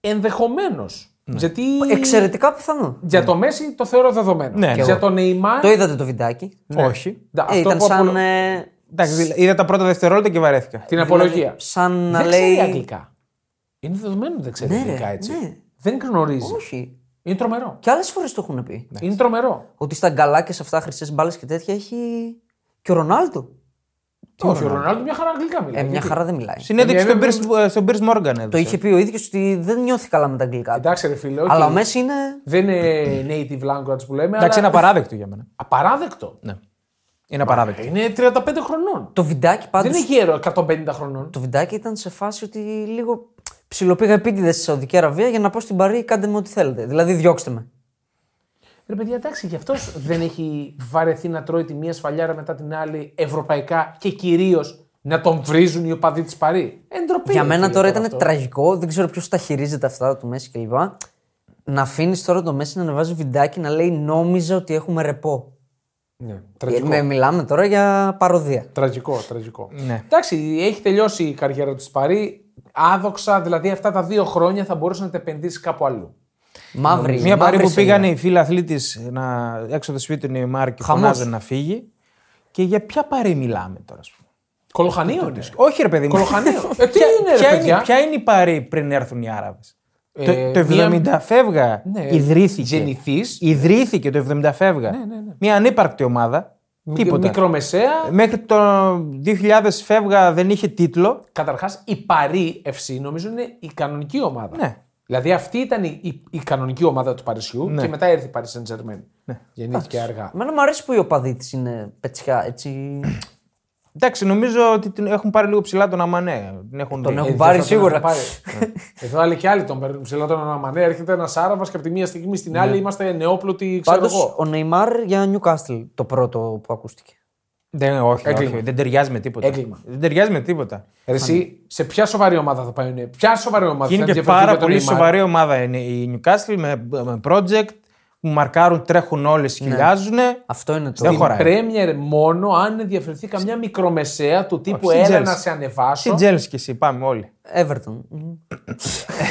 B: Ενδεχομένως.
A: Ναι.
B: Γιατί.
C: Εξαιρετικά πιθανό.
B: Για το Μέση το θεωρώ δεδομένο.
A: Ναι, ναι.
B: για τον Neymar.
C: Το είδατε το βιντεάκι.
A: Όχι.
B: Ναι,
C: Ε,
B: αυτό
C: ήταν
B: που
C: σαν,
B: απολο-
C: ε, δηλαδή,
A: Εντάξει, δηλα- είδα τα πρώτα δευτερόλεπτα και βαρέθηκα.
B: Την απολογία.
C: σαν να
B: δεν
C: λέει...
B: ξέρει αγγλικά. Είναι δεδομένο ότι δεν ξέρει
C: Ναι, ρε,
B: αγγλικά έτσι.
C: ναι.
B: Δεν γνωρίζει.
C: Όχι.
B: Είναι τρομερό.
C: Και άλλες φορές το έχουν πει.
B: Είναι τρομερό.
C: Ότι στα γκαλά και σε αυτά χρυσές μπάλες και τέτοια έχει και ο Ρονάλντο.
B: Όχι, ο Ρονάλντο μια χαρά αγγλικά μιλάει.
C: Ε, μια
B: Γιατί?
C: χαρά δεν μιλάει.
A: Συνέντευξη
B: Ναι,
A: στον Piers- ε, στον Πίρ Μόργαν
C: Το είχε
A: έδωσε.
C: πει ο ίδιος ότι δεν νιώθει καλά με τα αγγλικά. του.
B: Εντάξει, ρε φίλε. οκ.
C: Αλλά ο Μέση είναι.
B: Δεν είναι native language που λέμε.
A: Εντάξει,
B: αλλά...
A: είναι απαράδεκτο για μένα.
B: Απαράδεκτο.
A: Ναι. Είναι απαράδεκτο.
B: Είναι 35 χρονών.
C: Το βιντεάκι πάντω.
B: Δεν είναι γέρο 150 χρονών.
C: Το βιντεάκι ήταν σε φάση ότι λίγο ψιλοπήγα επίτηδες στη Σαουδική Αραβία για να πω στην Παρή κάντε με ό,τι θέλετε. Δηλαδή διώξτε με.
B: Ρε παιδιά, εντάξει, γι' αυτός δεν έχει βαρεθεί να τρώει τη μία σφαλιάρα μετά την άλλη ευρωπαϊκά και κυρίως να τον βρίζουν οι οπαδοί της Παρή. Εντροπή.
C: Για
B: ρε
C: μένα
B: φίλε,
C: τώρα ήταν
B: αυτό.
C: τραγικό, δεν ξέρω ποιος τα χειρίζεται αυτά του Μέση κλπ. Να αφήνεις τώρα το Μέση να ανεβάζει βιντεάκι να λέει Νόμιζα ότι έχουμε ρεπό.
B: Ναι,
C: Ε,
B: τραγικό.
C: με- μιλάμε τώρα για παροδία.
B: Τραγικό, τραγικό.
A: Ναι.
B: Εντάξει, έχει τελειώσει η καριέρα του Παρή. Άδοξα, δηλαδή αυτά τα δύο χρόνια θα μπορούσε να τα επενδύσει κάπου αλλού.
C: Μαύρη.
A: Μια
C: μαύρη
A: παρή που
C: σελίδα.
A: πήγαν οι φίλοι τη να... έξω από το σπίτι του Νεϊμάρ και
C: Χαμός.
A: φωνάζαν να φύγει. Και για ποια παρή μιλάμε τώρα, ας πούμε.
B: Κολοχανίο είναι.
A: Όχι, ρε παιδί μου.
B: Κολοχανίο. Ε, τι είναι, ρε
A: ποια, είναι,
B: παιδιά.
A: ποια είναι η παρή πριν έρθουν οι Άραβες.
B: Ε,
A: το, το 70 φεύγα
B: Ναι,
A: ιδρύθηκε.
B: Γεννηθείς.
A: Ιδρύθηκε το 70 φεύγα. Μια ανύπαρκτη ομάδα. Τίποτα.
B: Μικρομεσαία.
A: Μέχρι το 2000 φεύγα δεν είχε τίτλο.
B: Καταρχάς, η Παρή FC νομίζω είναι η κανονική ομάδα.
A: Ναι.
B: Δηλαδή αυτή ήταν η, η, η κανονική ομάδα του Παρισιού και μετά ήρθε η Paris Saint Germain.
A: Ναι.
B: Γεννήθηκε αργά.
C: Εμένα μου αρέσει που οι οπαδοί της είναι πετσιά έτσι.
A: Εντάξει, νομίζω ότι την έχουν πάρει λίγο ψηλά τον Αμανέ. Την έχουν
C: Τον
A: δει.
C: έχουν
B: Ε,
C: πάρει
B: δεν θα τον
C: σίγουρα.
B: είχα πάρει.
A: Ναι.
B: Ε, Εδώ άλλοι και άλλοι τον παίρνουν ψηλά τον Αναμανέ. Έρχεται ένας Άραβας και από τη μία στιγμή στην
A: Ναι.
B: άλλη είμαστε νεόπλουτοι, ξέρω
C: Πάντως
B: εγώ.
C: ο Νεϊμάρ για Νιουκάστιλ το πρώτο που ακούστηκε.
A: Δεν, όχι,
B: Έγκλημα.
A: όχι, δεν ταιριάζει με τίποτα.
B: Έγκλημα.
A: Δεν ταιριάζει με τίποτα.
B: Ε, Εσύ σε ποια σοβαρή ομάδα θα πάει ο Νεϊμάρ. Ποια σοβαρή ομάδα
A: Και είναι
B: θα
A: και
B: διαφερθεί
A: πάρα
B: με τον
A: πολύ
B: Νεϊμάρ.
A: σοβαρή ομάδα είναι η Newcastle με, με project. που μαρκάρουν, τρέχουν όλες, χιλιάζουν.
C: Αυτό είναι το.
A: Δεν
B: Στην
A: χωράει.
B: Πρέμιερ μόνο αν ενδιαφερθεί καμιά μικρομεσαία του τύπου
A: στην
B: έλα
A: Chelsea.
B: να σε ανεβάσω.
A: Στην Τζέλση κι εσύ, πάμε όλοι.
C: Everton.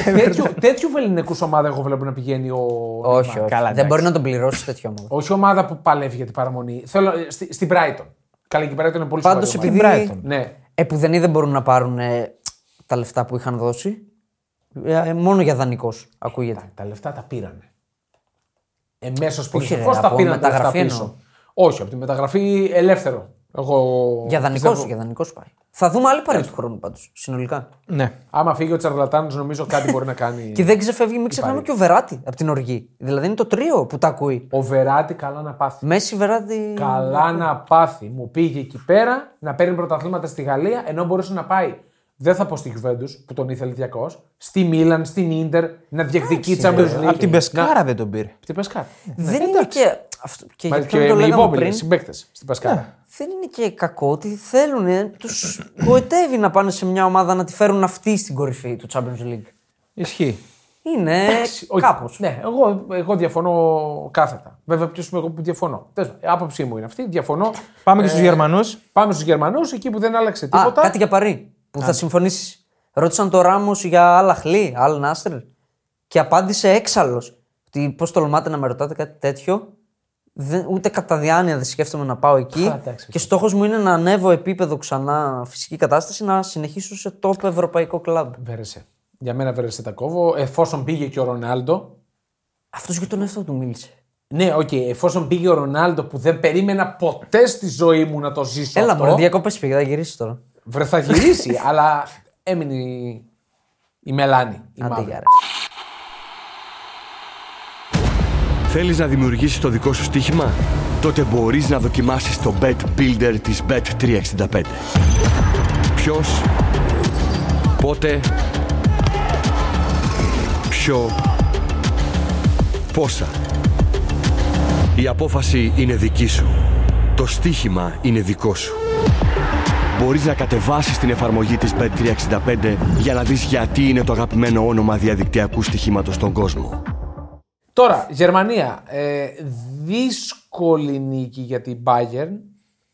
B: τέτοιου, τέτοιου βεληνικούς ομάδα εγώ βλέπω να πηγαίνει ο. Neymar.
C: Όχι, όχι.
A: Καλά,
C: δεν
A: εντάξει.
C: μπορεί να τον πληρώσει τέτοιο ομάδα.
B: Όχι ομάδα που παλεύει για την παραμονή. Θέλω, ε, στη, στην Brighton. Καλά, και η Brighton είναι πολύ
C: Πάντως
B: σοβαρή ομάδα.
C: επειδή.
A: Brighton.
B: Ναι.
C: Επουδενή Ε, δεν μπορούν να πάρουν ε, τα λεφτά που είχαν δώσει. Ε, ε, μόνο για δανεικός ακούγεται.
B: Τα λεφτά τα πήρανε. Εμέσω
C: Όχι,
B: πίσω.
C: ρε,
B: Πώς τα
C: από
B: πήρανε τα λεφτά
C: μεταγραφή
B: πίσω.
C: εννοώ.
B: Όχι, από τη μεταγραφή ελεύθερο. Εγώ
C: Για δανεικός
B: πιστεύω. Ε,
C: για δανεικός πάει. Θα δούμε άλλη παρέμβαση του χρόνου πάντως. Συνολικά.
A: Ναι.
B: Άμα φύγει ο Τσαρλατάνος, νομίζω κάτι μπορεί να κάνει.
C: Και δεν ξεφεύγει, μην ξεχνάμε και ο Βεράτη από την οργή. Δηλαδή είναι το τρίο που τα ακούει.
B: Ο Βεράτη καλά να πάθει.
C: Μέση Βεράτη.
B: Καλά να πάθει. Μου πήγε εκεί πέρα να παίρνει πρωταθλήματα στη Γαλλία ενώ μπορούσε να πάει. Δεν θα πω στη Γιουβέντους που τον ήθελε διακό. Στη Μίλαν, στην ντερ, να διεκδικεί η Champions League.
A: Από την Πεσκάρα δεν τον πήρε.
B: Από την Πεσκάρα.
C: Δεν είναι και. Αυτό, και
B: Ναι, Μα
C: γι' αυτό
B: και
C: Ναι. το
B: με
C: λέγαμε
B: υπόπιλε
C: πριν. Ναι.
B: συμπαίκτες στην Πεσκάρα.
C: Δεν είναι και κακό ότι θέλουν. Τους γοητεύει να πάνε σε μια ομάδα να τη φέρουν αυτή στην κορυφή του Champions League.
A: Ισχύει.
C: Είναι
B: Όχι,
C: κάπως.
B: Ναι, εγώ, εγώ διαφωνώ κάθετα. Βέβαια, ποιος είμαι εγώ που διαφωνώ. Τέλος πάντων, άποψή μου είναι αυτή. Διαφωνώ.
A: Πάμε και στους Γερμανούς.
B: Πάμε στους Γερμανούς, εκεί που δεν άλλαξε
C: Α,
B: τίποτα.
C: κάτι για παρή που θα συμφωνήσεις. Ρώτησαν το Ράμος για άλλα χλή, άλλα Νάστρ. Και απάντησε έξαλλος. Ότι πώς τολμάτε να με ρωτάτε κάτι τέτοιο. Δεν, ούτε κατά διάνοια δεν σκέφτομαι να πάω εκεί.
B: Α, εντάξει,
C: και στόχος μου είναι να ανέβω επίπεδο ξανά φυσική κατάσταση να συνεχίσω σε top ευρωπαϊκό κλαμπ.
B: Βέρεσε. Για μένα βέρεσε τα κόβω. Εφόσον πήγε και ο Ρονάλντο,
C: Αυτός για τον εαυτό του μίλησε.
B: Ναι, οκ, εφόσον πήγε ο Ρονάλντο που δεν περίμενα ποτέ στη ζωή μου να το ζήσω.
C: Έλα,
B: αυτό,
C: μωρέ, διακόπε πήγε, θα γυρίσεις τώρα.
B: Βρε, θα γυρίσει, αλλά έμεινε η, η μελάνη. Η
C: Άντε,
B: μαύρη.
C: γεια, ρε.
D: Θέλεις να δημιουργήσεις το δικό σου στοίχημα? Τότε μπορείς να δοκιμάσεις το Bet Builder της Bet365. Ποιος, πότε, ποιο, πόσα. Η απόφαση είναι δική σου. Το στοίχημα είναι δικό σου. Μπορείς να κατεβάσεις την εφαρμογή της Bet365 για να δεις γιατί είναι το αγαπημένο όνομα διαδικτυακού στοιχήματος στον κόσμο.
B: Τώρα, Γερμανία. Ε, δύσκολη νίκη για την Bayern.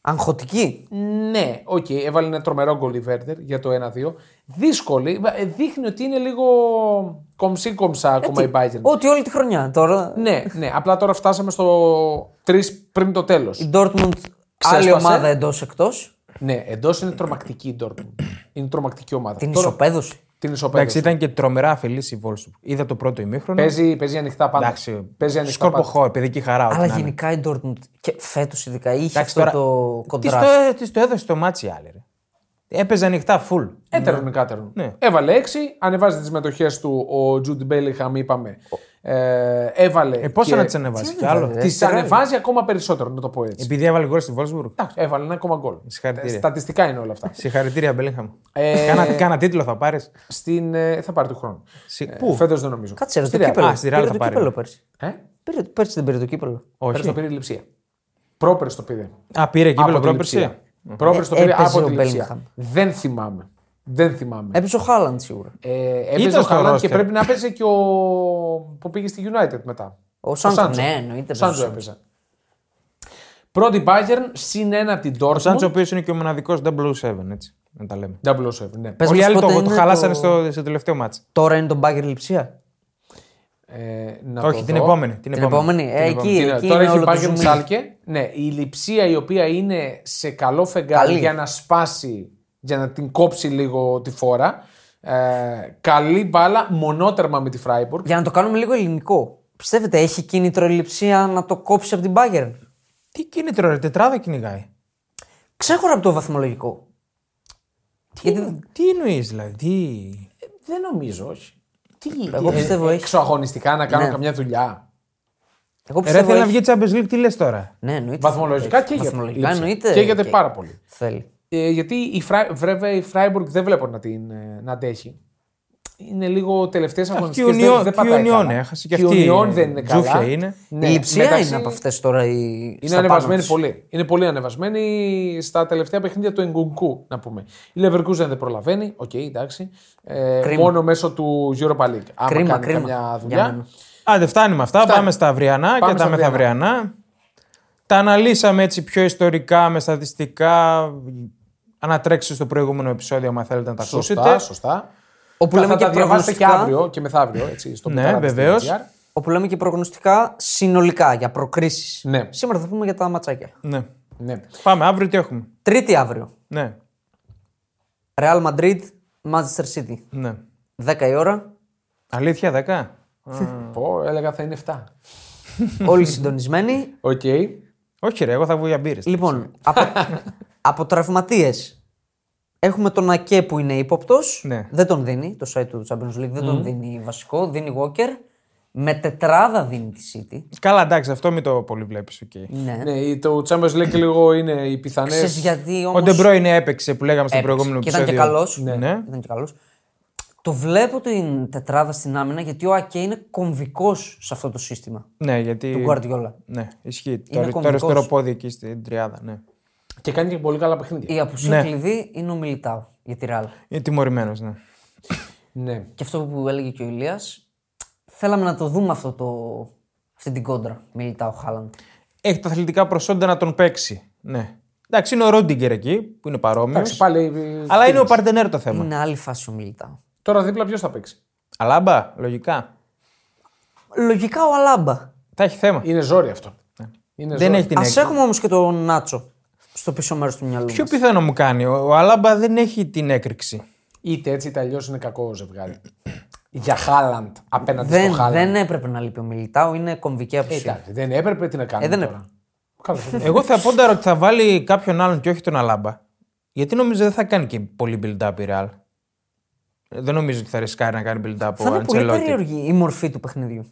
C: Αγχωτική.
B: Ναι, οκ, έβαλε ένα τρομερό γκολ η Βέρντερ για το 1-2. Δύσκολη. ε, Δείχνει ότι είναι λίγο κομψή-κομψά ακόμα η Bayern.
C: Ό,τι όλη τη χρονιά τώρα.
B: Ναι, ναι, απλά τώρα φτάσαμε στο 3 πριν το τέλος.
C: Η Dortmund, άλλη
B: Ξέσπασε.
C: ομάδα εντός εκτός.
B: Ναι, εντός είναι τρομακτική η Dortmund. Είναι τρομακτική ομάδα.
C: Την
B: Τώρα-
C: ισοπαίδωση.
B: Την
A: Εντάξει,
B: ισοπαίδωση.
A: ήταν και τρομερά αφελής η Βόλσμπουργκ. Είδα το πρώτο ημίχρονο.
B: Παίζει, παίζει ανοιχτά πάντα.
A: Εντάξει.
B: Παίζει ανοιχτά πάντα.
A: Σκορποχώ, παιδική χαρά. ό,τι
C: Αλλά
A: να είναι.
C: γενικά η Dortmund και φέτος ειδικά είχε
A: Εντάξει,
C: αυτό
A: τώρα,
C: το
A: Της
C: κοντράστ.
A: το, της το έδωσε το μάτσι άλλη. Ρε. Έπαιζε ανοιχτά φουλ.
B: Έτερον κάτερον.
A: Ναι.
B: Έβαλε 6, ανεβάζει τις μετοχές του ο Τζουντ Μπέλιχαμ, είπαμε. Ε, έβαλε.
A: Ε, Πώς
B: και...
A: να Ε, τις ανεβάσει κι άλλο.
C: ανεβάζει, ρε.
B: Τις ανεβάζει ακόμα περισσότερο, να το πω έτσι.
A: Επειδή έβαλε γκολ στη Βόλσμπουργκ.
B: Εντάξει, έβαλε ένα ακόμα γκολ.
A: Ε,
B: Ε,
A: Συγχαρητήρια.
B: Στατιστικά είναι όλα αυτά.
A: Συγχαρητήρια, Μπέλιγχαμ.
B: Ε,
A: Κάνα, κάνα τίτλο θα πάρεις.
B: Στην, ε, θα πάρει του χρόνου.
A: Πού?
B: Φέτος δεν νομίζω.
C: Κάτσε ρε, το
B: Στη Real.
C: κύπελο.
A: Α, στη Real
C: Πήρε
A: θα
C: το
A: πάρει.
C: κύπελο πέρσι.
B: Ε,
C: Πήρε, πέρσι δεν πήρε το κύπελο.
B: Πέρσι το
A: Όχι.
B: πήρε η λειψία. Πρόπερ το πήρε.
A: Α, πήρε εκεί
B: Από τη
A: πρόπερση.
B: λειψία. Πρόπερ το
C: Ε,
B: πήρε
C: έπαιζε
B: από
C: ο
B: τη
C: Bellingham.
B: λειψία. Δεν θυμάμαι. Δεν θυμάμαι.
C: Έπεσε ο Χάλαντ σίγουρα.
B: Ε, έπαιζε
A: Ήταν
B: ο
A: στο
B: Χάλαντ και
A: roster.
B: πρέπει να παίζει και ο. που πήγε στη United μετά.
C: Ο Σάντζο. Ναι, εννοείται,
B: Ο Σάντζο
C: παίζει ο
B: έπαιζε. Πρώτη Bayern συν ένα από την Dortmund.
A: Ο Σάντσο, ο οποίος είναι και ο μοναδικός 007, έτσι. Να τα λέμε.
B: 007, ναι.
C: Πες
A: Όλοι οι
C: μας
A: άλλοι
C: πότε
A: το, το
C: είναι
A: χαλάσανε στο, στο τελευταίο μάτσο.
C: Τώρα είναι τον Μπάγκερ Λιψία.
B: Ε, να το
A: Όχι, την
B: δω.
A: επόμενη. Την
C: Την επόμενη. Ε, εκεί,
B: Την-
C: εκεί
B: Τώρα
C: είναι
B: έχει
C: όλο το
B: Bayern
C: ζουμί.
B: Σάλκε. Ναι, η λειψία η οποία είναι σε καλό φεγγάρι
C: Καλή.
B: για να σπάσει, για να την κόψει λίγο τη φόρα. Ε, καλή μπάλα, μονότερμα με τη Φράιμπουργκ.
C: Για να το κάνουμε λίγο ελληνικό. Πιστεύετε έχει κίνητρο η Λιψία να το κόψει από την Bayern.
A: Τι κίνητρο, ρε, τετράδα κυνηγάει.
C: Ξέχωρα από το βαθμολογικό. Γιατί
A: Τι εννοείς, δηλαδή. τι-
B: Δεν νομίζω, όχι. Τι,
C: Εγώ
B: τι-
C: πιστεύω έχει.
B: Εξωαγωνιστικά να κάνω
C: Ναι.
B: καμιά δουλειά.
C: εγώ
A: Ρε,
C: πιστεύω
A: θέλει να
C: έχει-
A: βγει Champions League, τι λες τώρα.
C: Ναι, εννοείται.
B: Βαθμολογικά
C: Θέλει.
B: καίγεται.
C: Βαθμολογικά
B: Λείψη.
C: εννοείται.
B: Καίγεται
C: Και-
B: πάρα πολύ.
C: Θέλει.
B: Ε, γιατί η, Φράι, βέβαια η Φράιμπουργκ δεν βλέπω να την ε, να αντέχει. Είναι λίγο τελευταίες αγωνιστικέ.
A: και η Union-
B: Δεν, δεν
A: και η
B: πατάει
A: Union
B: καλά.
A: έχασε και
B: η
A: αυτή
B: Union δεν είναι
A: τζούφια
B: καλά.
A: είναι.
B: Ναι,
C: η λειψία
B: μεταξύ-
C: είναι από αυτές τώρα. Η...
B: Είναι ανεβασμένη πολύ. Είναι πολύ ανεβασμένη στα τελευταία παιχνίδια του Εγκουνκού, να πούμε. Η Leverkusen δεν προλαβαίνει. Οκ, εντάξει. Ε,
C: Κρίμα.
B: μόνο μέσω του Europa League. Άμα
C: Κρίμα,
B: κάνει
C: κρίμα.
B: καμιά
C: Για
B: δουλειά.
C: μένα.
A: Άντε, φτάνει με αυτά.
B: Φτάνει.
A: Πάμε στα αυριανά
B: Πάμε
A: και
B: στα
A: τα μεθαυριανά. Τα αναλύσαμε έτσι πιο ιστορικά, με στατιστικά. Ανατρέξτε στο προηγούμενο επεισόδιο, αν θέλετε να τα
B: Σωστά,
A: ακούσετε.
B: σωστά.
C: Όπου
B: Θα-
C: λέμε
B: θα
C: και
B: τα διαβάσετε και
C: προγνωστικά.
B: αύριο και μεθαύριο. Έτσι, στο
A: Ναι,
B: Πιταράδες.gr.
A: βεβαίως.
C: Όπου λέμε και προγνωστικά συνολικά για προκρίσεις.
B: Ναι.
C: Σήμερα θα πούμε για τα ματσάκια.
A: Ναι.
B: Ναι.
A: Πάμε, αύριο τι έχουμε.
C: Τρίτη αύριο.
A: Ναι,
C: Real Madrid, Manchester City.
A: ναι.
C: 10 η ώρα.
A: Αλήθεια, 10.
B: Πω, έλεγα θα είναι 7.
C: Όλοι συντονισμένοι.
B: Οκ.
A: Όχι, ρε, εγώ θα βγω για μπύρες.
C: λοιπόν, από, από τραυματίες. Έχουμε τον Ακέ που είναι ύποπτος.
A: Ναι.
C: Δεν τον δίνει το site του Champions League. Δεν τον δίνει βασικό. Δίνει Walker. Με τετράδα δίνει τη City.
A: Καλά, εντάξει, αυτό μην το πολύ βλέπεις. Okay.
C: Ναι.
B: Ναι, η- το Champions League λίγο είναι οι πιθανές.
C: Ξέρεις γιατί
A: ναι. Ο
C: όμως...
A: De Bruyne έπαιξε που λέγαμε στο προηγούμενο
C: και ήταν
A: επεισόδιο.
C: και καλός.
A: Ναι.
C: Ήταν και καλός. Το βλέπω την τετράδα στην άμυνα γιατί ο Ακέ είναι κομβικός σε αυτό το σύστημα
A: Ναι, γιατί.
C: του Guardiola.
A: Ναι, ισχύει. Τώρα, τώρα
C: κομβικός.
A: αριστερό πόδι εκεί στην τριάδα. Ναι.
B: Και κάνει και πολύ καλά παιχνίδια.
C: Η απουσία
A: Ναι.
C: κλειδί είναι ο Μιλιτάου για τη Ρεάλ.
A: Είναι τιμωρημένος, ναι.
B: Ναι.
C: Και αυτό που έλεγε και ο Ηλίας, θέλαμε να το δούμε αυτό το... αυτή την κόντρα Μιλιτάου Χάλαντ.
A: Έχει τα αθλητικά προσόντα να τον παίξει. Ναι. Εντάξει, είναι ο Ρόντιγκερ εκεί που είναι παρόμοιος.
B: Εντάξει, πάλι. ε,
A: Αλλά είναι ο Παρτενέρ το θέμα.
C: Είναι άλλη φάση ο Μιλιτάου.
B: Τώρα δίπλα ποιος θα παίξει.
A: Αλάμπα, λογικά.
C: Λογικά ο Αλάμπα.
A: Θα έχει θέμα.
B: Είναι ζόρι αυτό. Είναι
A: Ναι. Δεν
B: ζόρι.
A: έχει την
C: Ας
A: έκρηξη.
C: έχουμε όμως και τον Νάτσο στο πίσω μέρος του μυαλού
A: Πιο
C: μας.
A: πιθανό μου κάνει. Ο ο Αλάμπα δεν έχει την έκρηξη.
B: Είτε έτσι είτε αλλιώς είναι κακό ζευγάρι. Για Χάλαντ απέναντι
C: Δεν,
B: στο Χάλαντ.
C: δεν έπρεπε να λείπει ο Μιλιτάου, είναι
A: Ε,
C: κομβική απουσία.
B: Εντάξει, δεν έπρεπε τι να κάνουμε.
C: Ε, δεν
B: τώρα. Καλά, δεν-
A: Εγώ θα πόνταρα ότι θα βάλει κάποιον άλλον και όχι τον Αλάμπα. Γιατί νομίζω δεν θα κάνει και πολύ build-up η Real. Ε, Δεν νομίζω ότι θα ρισκάρει να κάνει build-up
C: Θα
A: ο
C: είναι πολύ
A: Αντσελότη.
C: περίεργη η μορφή του παιχνιδιού.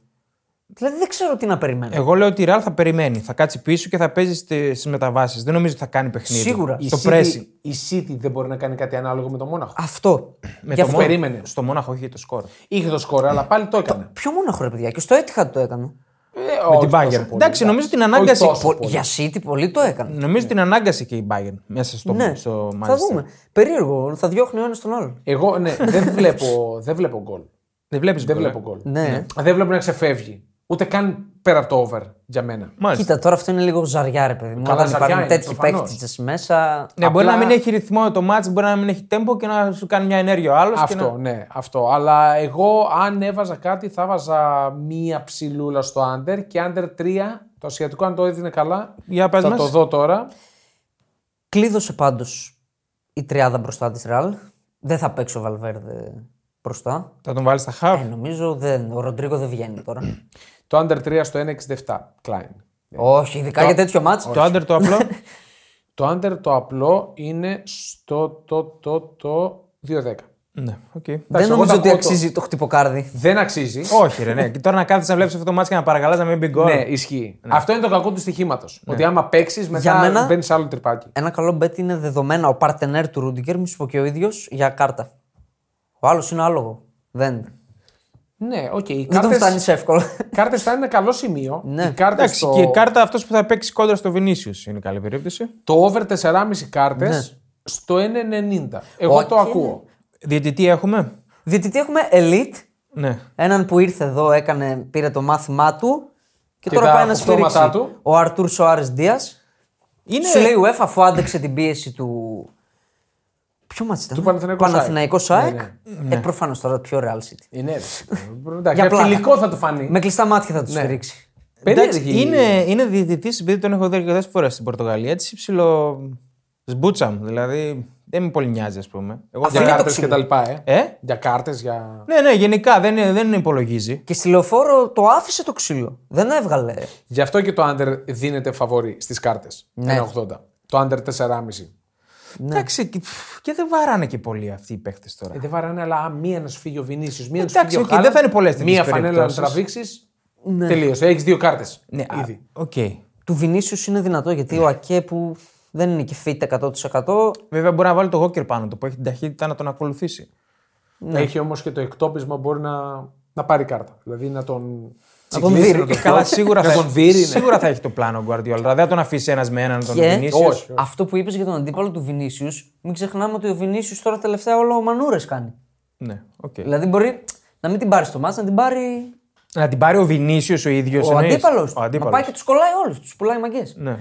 C: Δηλαδή δεν ξέρω τι να περιμένω.
A: Ναι. Εγώ λέω ότι η Real θα περιμένει. Θα κάτσει πίσω και θα παίζει στις μεταβάσεις. Δεν νομίζω ότι θα κάνει παιχνίδι.
C: Σίγουρα.
B: Η
A: Στο
B: City-
A: pressing.
B: Η City δεν μπορεί να κάνει κάτι ανάλογο με το Μόναχο.
C: Αυτό.
A: Με
C: Γι'
A: το
C: αυτό.
A: Μόνα-
B: περίμενε.
A: Στο Μόναχο είχε το σκορ.
B: Είχε το σκορ, αλλά πάλι το έκανε.
C: Ποιο μόναχο ρε παιδιά, και στο Etihad το έκανε.
B: Ε, όχι
A: την
B: τόσο
A: Bayern.
B: πολύ,
A: Εντάξει, νομίζω την
B: Όχι
A: ανάγκασε
B: τόσο
A: πολύ.
B: πολύ.
C: Για City πολύ το έκανε.
A: Νομίζω την ανάγκασε και η Bayern μέσα στο,
C: Ναι,
A: στο
C: θα
A: Manchester.
C: δούμε. Περίεργο, θα διώχνει ο ένας τον άλλον.
B: Εγώ ναι, δεν βλέπω, δεν βλέπω γκολ.
A: Δεν ε? βλέπεις.
B: Δεν βλέπω γκολ.
C: Ναι.
B: Δεν βλέπω να ξεφεύγει. Ούτε καν πέρα από το over για μένα.
A: Μάλιστα.
C: Κοίτα, τώρα αυτό είναι λίγο ζαριά, ρε παιδί μου.
B: Καλά,
C: Όταν
B: ζαριά
C: υπάρχουν
B: είναι,
C: τέτοιοι
B: προφανώς.
C: παίχτε μέσα.
A: Ναι, μπορεί
B: απλά-
A: να μην έχει ρυθμό το μάτς, μπορεί να μην έχει τέμπο και να σου κάνει μια ενέργεια ο άλλος.
B: Αυτό,
A: Να...
B: ναι, αυτό. Αλλά εγώ, αν έβαζα κάτι, θα βάζα μία ψηλούλα στο under και under 3. Το ασιατικό, αν το έδινε καλά,
A: Για πες
B: θα
A: μας.
B: το δω τώρα.
C: Κλείδωσε πάντως η τριάδα μπροστά της Ραλ. Δεν θα παίξει ο Βαλβέρδε μπροστά.
A: Θα τον βάλεις στα χαφ.
B: ναι,
C: Ε, νομίζω δεν. Ο Ροντρίγκο δεν βγαίνει τώρα.
B: Το under 3 στο 1,67. Klein.
C: Όχι, ειδικά για τέτοιο μάτς.
A: το άντερ το απλό.
B: Το under το απλό είναι στο το, το, το 2,10.
A: ναι, οκ.
C: Δεν
B: εγώ
C: νομίζω
B: τα
C: ότι
B: ακούω
C: αξίζει το χτυποκάρδι.
B: Δεν αξίζει.
A: Όχι, ρε, ναι. Και τώρα να κάθεσαι να βλέπεις αυτό το μάτς και να παρακαλά να μην μπει γκολ.
B: Ναι, ισχύει. Αυτό είναι το κακό του στοιχήματος. Ότι άμα παίξεις, μετά
C: Ναι. Για μένα-
B: μπαίνεις σε άλλο τρυπάκι.
C: Ένα καλό bet είναι δεδομένα ο παρτενέρ του Ρούντιγκερ, μη σου πω και ο ίδιος, για κάρτα. Ο άλλος είναι άλογο. Δεν.
B: Ναι, οκ. Οι
C: Δεν τον
B: κάρτες-
C: φτάνεις εύκολα.
B: κάρτες θα είναι ένα καλό σημείο.
C: Ναι.
B: Οι κάρτες
A: Εντάξει,
B: στο-
A: και η κάρτα αυτός που θα παίξει κόντρα στο Βινίσιους είναι καλή περίπτωση.
B: Το over 4,5 κάρτες
A: Ναι.
B: στο 1,90. Εγώ
C: Όχι,
B: το ακούω.
A: Διαιτητή έχουμε.
C: Διαιτητή έχουμε elite,
A: Ναι.
C: έναν που ήρθε εδώ, έκανε, πήρε το μάθημά του και,
B: Και
C: τώρα
B: τα
C: πάει να
B: αυτόματά
C: σφυρίξει.
B: του.
C: Ο Αρτούρ Σοάρε Δία.
A: Είναι...
C: Σου λέει η UEFA αφού άντεξε την πίεση του. Ποιο μάτς ήταν. Του
B: Παναθηναϊκού ΣΑΕΚ.
C: ΣΑΕΚ.
B: Ναι,
C: Ε, προφανώς τώρα πιο Real City.
B: Είναι εντάξει.
C: πλάκα.
B: φιλικό θα του φανεί.
A: Ναι,
C: Με κλειστά μάτια θα τους
B: Ναι.
C: σφυρίξει.
A: Εντάξει,
B: Περίεργη.
A: είναι, είναι διαιτητής, επειδή τον έχω δει αρκετές φορές στην Πορτογαλία, έτσι ψηλό. Σμπούτσα μου, δηλαδή δεν με πολύ νοιάζει, ας πούμε. Εγώ
C: Αφού
A: δεν-
B: Για
C: είναι το
B: κάρτε
C: ψηλό.
B: και τα λοιπά, ε.
A: Ε?
B: Για κάρτες, για.
A: Ναι, ναι, γενικά δεν, δεν υπολογίζει.
C: Και στη λεωφόρο το άφησε το ξύλο. Δεν έβγαλε.
B: Γι' αυτό και το under δίνεται φαβορή στις κάρτες.
A: Ναι.
B: 1,80. Το under 4,5.
A: Εντάξει, και, φου, και δεν βαράνε και πολύ αυτοί οι παίχτες τώρα.
B: Ε, δεν βαράνε, αλλά α, μία να σου φύγει ο Βινίσιος, μία να σου
A: Εντάξει,
B: φύγει ο
A: οκ, δεν θα είναι πολλές τέτοιες
B: Μία φανέλα να
A: περιπτώσεις.
B: τραβήξεις. Τελείωσε. Έχεις δύο κάρτες.
A: ναι, α,
B: ήδη.
A: οκ.
C: Του Βινίσιους είναι δυνατό γιατί ο Ακέ που δεν είναι και fit 100%
A: Βέβαια μπορεί να βάλει το γόκερ πάνω του που έχει την ταχύτητα να τον ακολουθήσει. ναι.
B: Έχει όμως και το εκτόπισμα μπορεί να, να πάρει κάρτα. Δηλαδή να τον.
C: τον
B: τσιγκλίσεις,
C: δει,
B: να
C: ρε.
B: τον-
A: Καλά, σίγουρα,
B: να
A: θα,
B: τον δει, ναι.
A: σίγουρα θα έχει το πλάνο ο Guardiola. Δηλαδή, δεν θα τον αφήσει ένας με έναν να τον
C: Και
A: Vinicius.
B: όχι.
C: αυτό που είπες για τον αντίπαλο του Βινίσιους, μην ξεχνάμε ότι ο Βινίσιους τώρα τελευταία όλο ο Μανούρες κάνει.
A: Ναι, οκ.
C: Δηλαδή μπορεί να μην την πάρει στο μάτς, να την πάρει
A: Να την πάρει ο Βινίσιο ο ίδιος.
C: Ο αντίπαλος.
A: Ο
C: Να
A: αντίπαλος.
C: πάει και τους κολλάει όλους. Τους πουλάει μαγκές.
A: Ναι.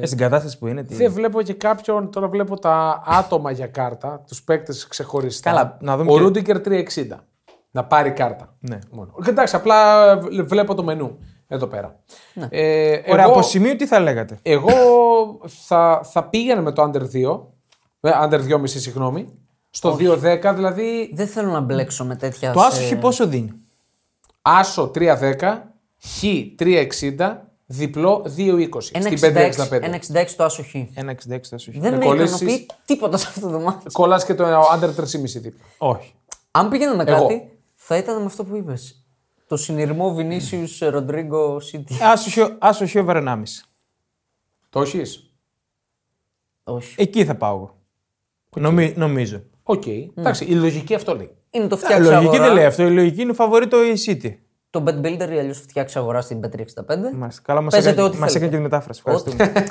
A: Ε, στην κατάσταση που είναι. Τι...
B: Δεν βλέπω και κάποιον. Τώρα βλέπω τα άτομα για κάρτα, τους παίκτες ξεχωριστά.
A: Καλά, να δούμε
B: Ο
A: και-
B: Ρούντικερ 360. Να πάρει κάρτα.
A: Ναι.
B: Μόνο. Εντάξει, απλά βλέπω το μενού εδώ πέρα. Ε,
A: Ναι. Ωραία,
B: εγώ,
A: από σημείο τι θα λέγατε.
B: εγώ θα, θα πήγαινα με το under 2. ε, Under 2,5 συγγνώμη. Στο 2-10, δηλαδή
C: Δεν θέλω να μπλέξω με τέτοια.
A: Το
C: σε-
A: άσοχη πόσο δίνει.
B: άσο 3-10, χ 3-60, διπλό 2-20. Στην 5-65.
C: 1,66 το άσοχη.
A: 1,66 το άσοχη.
C: Δεν με
B: κολλήσεις-
C: ικανοποιεί τίποτα σε αυτό το μάτι.
B: Κολλάς και το under 3,5 δίπλα.
A: Όχι.
C: Αν πήγαινα με
B: Εγώ.
C: κάτι, θα ήταν με αυτό που είπες. Το συνειρμό Βινίσιου Ροντρίγκο City.
A: Άσοχη- Άσοχη over 1,5.
B: Το έχεις?
C: Όχι.
A: Εκεί θα πάω εγώ. Νομι- νομίζω.
B: Οκ. Εντάξει, η λογική αυτό λέει.
C: Είναι το
A: Η
C: φτιάξει
A: Ε, λογική
C: αγορά.
A: δεν λέει αυτό. Η λογική είναι φαβορή το η City.
C: Το Bet Builder ή αλλιώς φτιάξει αγορά στην Bet365.
A: Μάλιστα. Καλά, μας
C: Παίζετε
A: έκανε,
C: ό,τι
A: μας
C: θέλετε.
A: έκανε και τη μετάφραση. Ευχαριστούμε.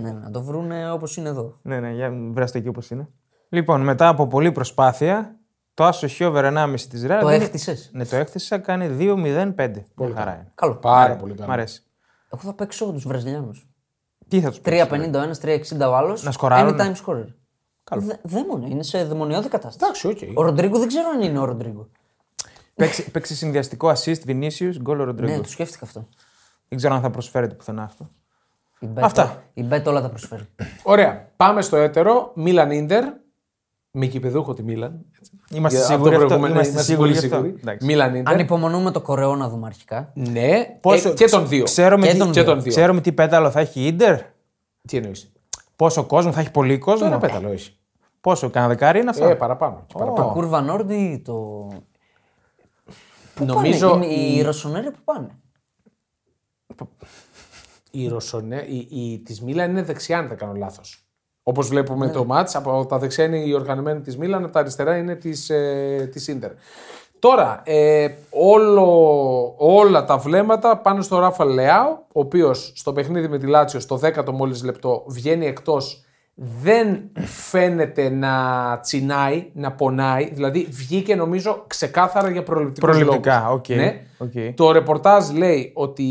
C: ναι, να το βρούνε όπως είναι εδώ.
A: ναι, ναι, για βρέστε εκεί όπως είναι. Λοιπόν, μετά από πολλή προσπάθεια, το άσοχη over 1,5 τη Ρεάλ.
C: Το
A: δίνει-
C: έχτισες.
A: Ναι, το έχτισα, κάνει 2-0-5. Μια χαρά είναι. Ναι,
C: Καλό.
B: Πάρα πολύ
A: Μ'
B: καλό.
A: αρέσει.
C: Εγώ θα παίξω τους Βραζιλιάνους.
A: Τι θα τους πει.
C: 3,50 ο ένας, 3,60 ο άλλος.
A: Να σκοράρουν.
C: Anytime scorer. Δε, δαίμονα, είναι σε δαιμονιώδη κατάσταση.
B: Εντάξει, οκ.
C: Ο Ροντρίγκο δεν ξέρω αν είναι ο Ροντρίγκο.
A: Παίξει, παίξει συνδυαστικό assist Vinicius, γκολ ο Ροντρίγκο.
C: Ναι, το σκέφτηκα αυτό.
A: Δεν ξέρω αν θα προσφέρεται πουθενά αυτό.
C: Η Bet,
A: Αυτά.
C: Η Bet όλα τα προσφέρει.
B: Ωραία. Πάμε στο έτερο. Μίλαν Ίντερ. Με κυπεδούχο τη Μίλαν.
A: Είμαστε
B: Για- από
A: σίγουροι
B: το
A: αυτό.
B: προηγούμενο
A: Είμαστε σίγουροι γι'
B: πολύ
A: αυτό.
B: σίγουροι.
A: Εντάξει.
B: Μίλαν
C: αν
B: Ίντερ.
C: υπομονούμε το Κορεό να δούμε αρχικά.
B: Ναι.
A: Πόσο-
B: Ε, και τον δύο.
A: Ξέρουμε,
C: Και
A: τι,
C: τον
B: Και
C: δύο.
B: τον δύο.
A: ξέρουμε τι πέταλο θα έχει η Ιντερ.
B: Τι εννοείς.
A: Πόσο κόσμο, θα έχει πολύ κόσμο.
B: Τώρα πέταλο, όχι.
A: Πόσο, κανένα δεκάρι είναι αυτό.
B: Ε, παραπάνω. και παραπάνω.
C: Το Κούρβα Νόρντι ή το. Πού
B: Νομίζω
C: πάνε, οι, οι Ρωσονέροι που πάνε.
B: Η Ρωσονέ, η, η, της Μίλαν είναι δεξιά, αν δεν κάνω λάθος. Όπως βλέπουμε
A: Ναι.
B: το μάτς, από τα δεξιά είναι η οργανωμένη της Μίλαν, από τα αριστερά είναι της ε, της Ίντερ. Τώρα, ε, όλο, όλα τα βλέμματα πάνε στο Ράφα Λεάο, ο οποίος στο παιχνίδι με τη Λάτσιο, στο 10ο μόλις λεπτό, βγαίνει εκτός. Δεν φαίνεται να τσινάει, να πονάει. Δηλαδή, βγήκε νομίζω ξεκάθαρα για προληπτικούς
A: Προληπτικά, οκ.
B: Ναι.
A: Οκ.
B: Το ρεπορτάζ λέει ότι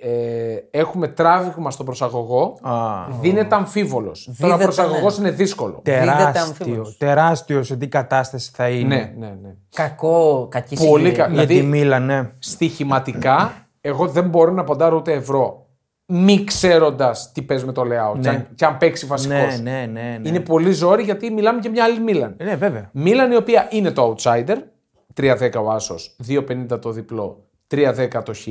B: ε, έχουμε τράβηγμα στον προσαγωγό.
A: Α.
B: Δίνεται αμφίβολος. Τώρα ο
C: ναι.
B: προσαγωγό είναι δύσκολο.
A: Τεράστιος.
C: αμφίβολος.
A: Τεράστιος σε τι κατάσταση θα είναι.
B: Ναι, ναι, ναι.
C: Κακό, κακή
B: Πολύ
C: συγκυρία.
B: κα-
A: Για
B: Δηλαδή-
A: τη Μίλα, ναι.
B: Στοιχηματικά, εγώ δεν μπορώ να ποντάρω ούτε ευρώ. Μη ξέροντας τι παίζει με το Λεάο. Και, αν- και αν παίξει βασικός.
A: Ναι, ναι, ναι. ναι.
B: Είναι πολύ ζόρι γιατί μιλάμε και μια άλλη Μίλαν.
A: Ε, ναι, βέβαια.
B: Μίλαν η οποία είναι το outsider, 3-10 ο άσος, 2-50 το διπλό, 3-10 το χ.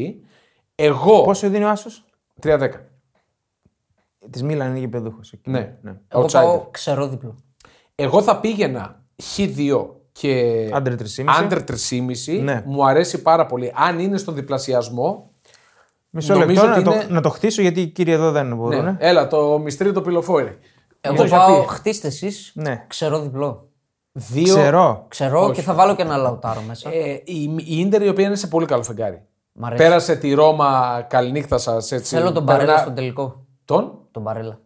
B: Εγώ.
A: Πόσο δίνει ο Άσος.
B: 3-10.
A: Της Μίλαν είναι γηπεδούχος.
B: Ναι.
C: Εγώ
B: Outsider.
C: πάω ξερό διπλό.
B: Εγώ θα πήγαινα χ2 και
A: Under 3,5.
B: under 3,5.
A: Ναι.
B: Μου αρέσει πάρα πολύ. Αν είναι στον διπλασιασμό.
A: Μισό λεπτό
B: Νομίζω
A: να,
B: ότι
A: το,
B: είναι-
A: να το χτίσω γιατί οι κύριοι εδώ δεν μπορούν.
B: Ναι. Έλα, το μυστήριο το πυλοφόρη.
C: Εγώ
B: Το είχα
C: πάω,
B: πει.
C: χτίστε εσείς,
A: Ναι.
C: ξερό διπλό.
B: Δύο,
A: Ξέρω.
C: Ξερό και θα βάλω και ένα λαουτάρο μέσα.
B: Ε, η, η Ίντερ η οποία είναι σε πολύ καλό φεγγάρι.
C: Μ' αρέσει.
B: Πέρασε τη Ρώμα καληνύχτα σας έτσι.
C: Θέλω τον
B: περνά-
C: Μπαρέλα στον τελικό.
B: Τον.
C: Τον Μπαρέλα.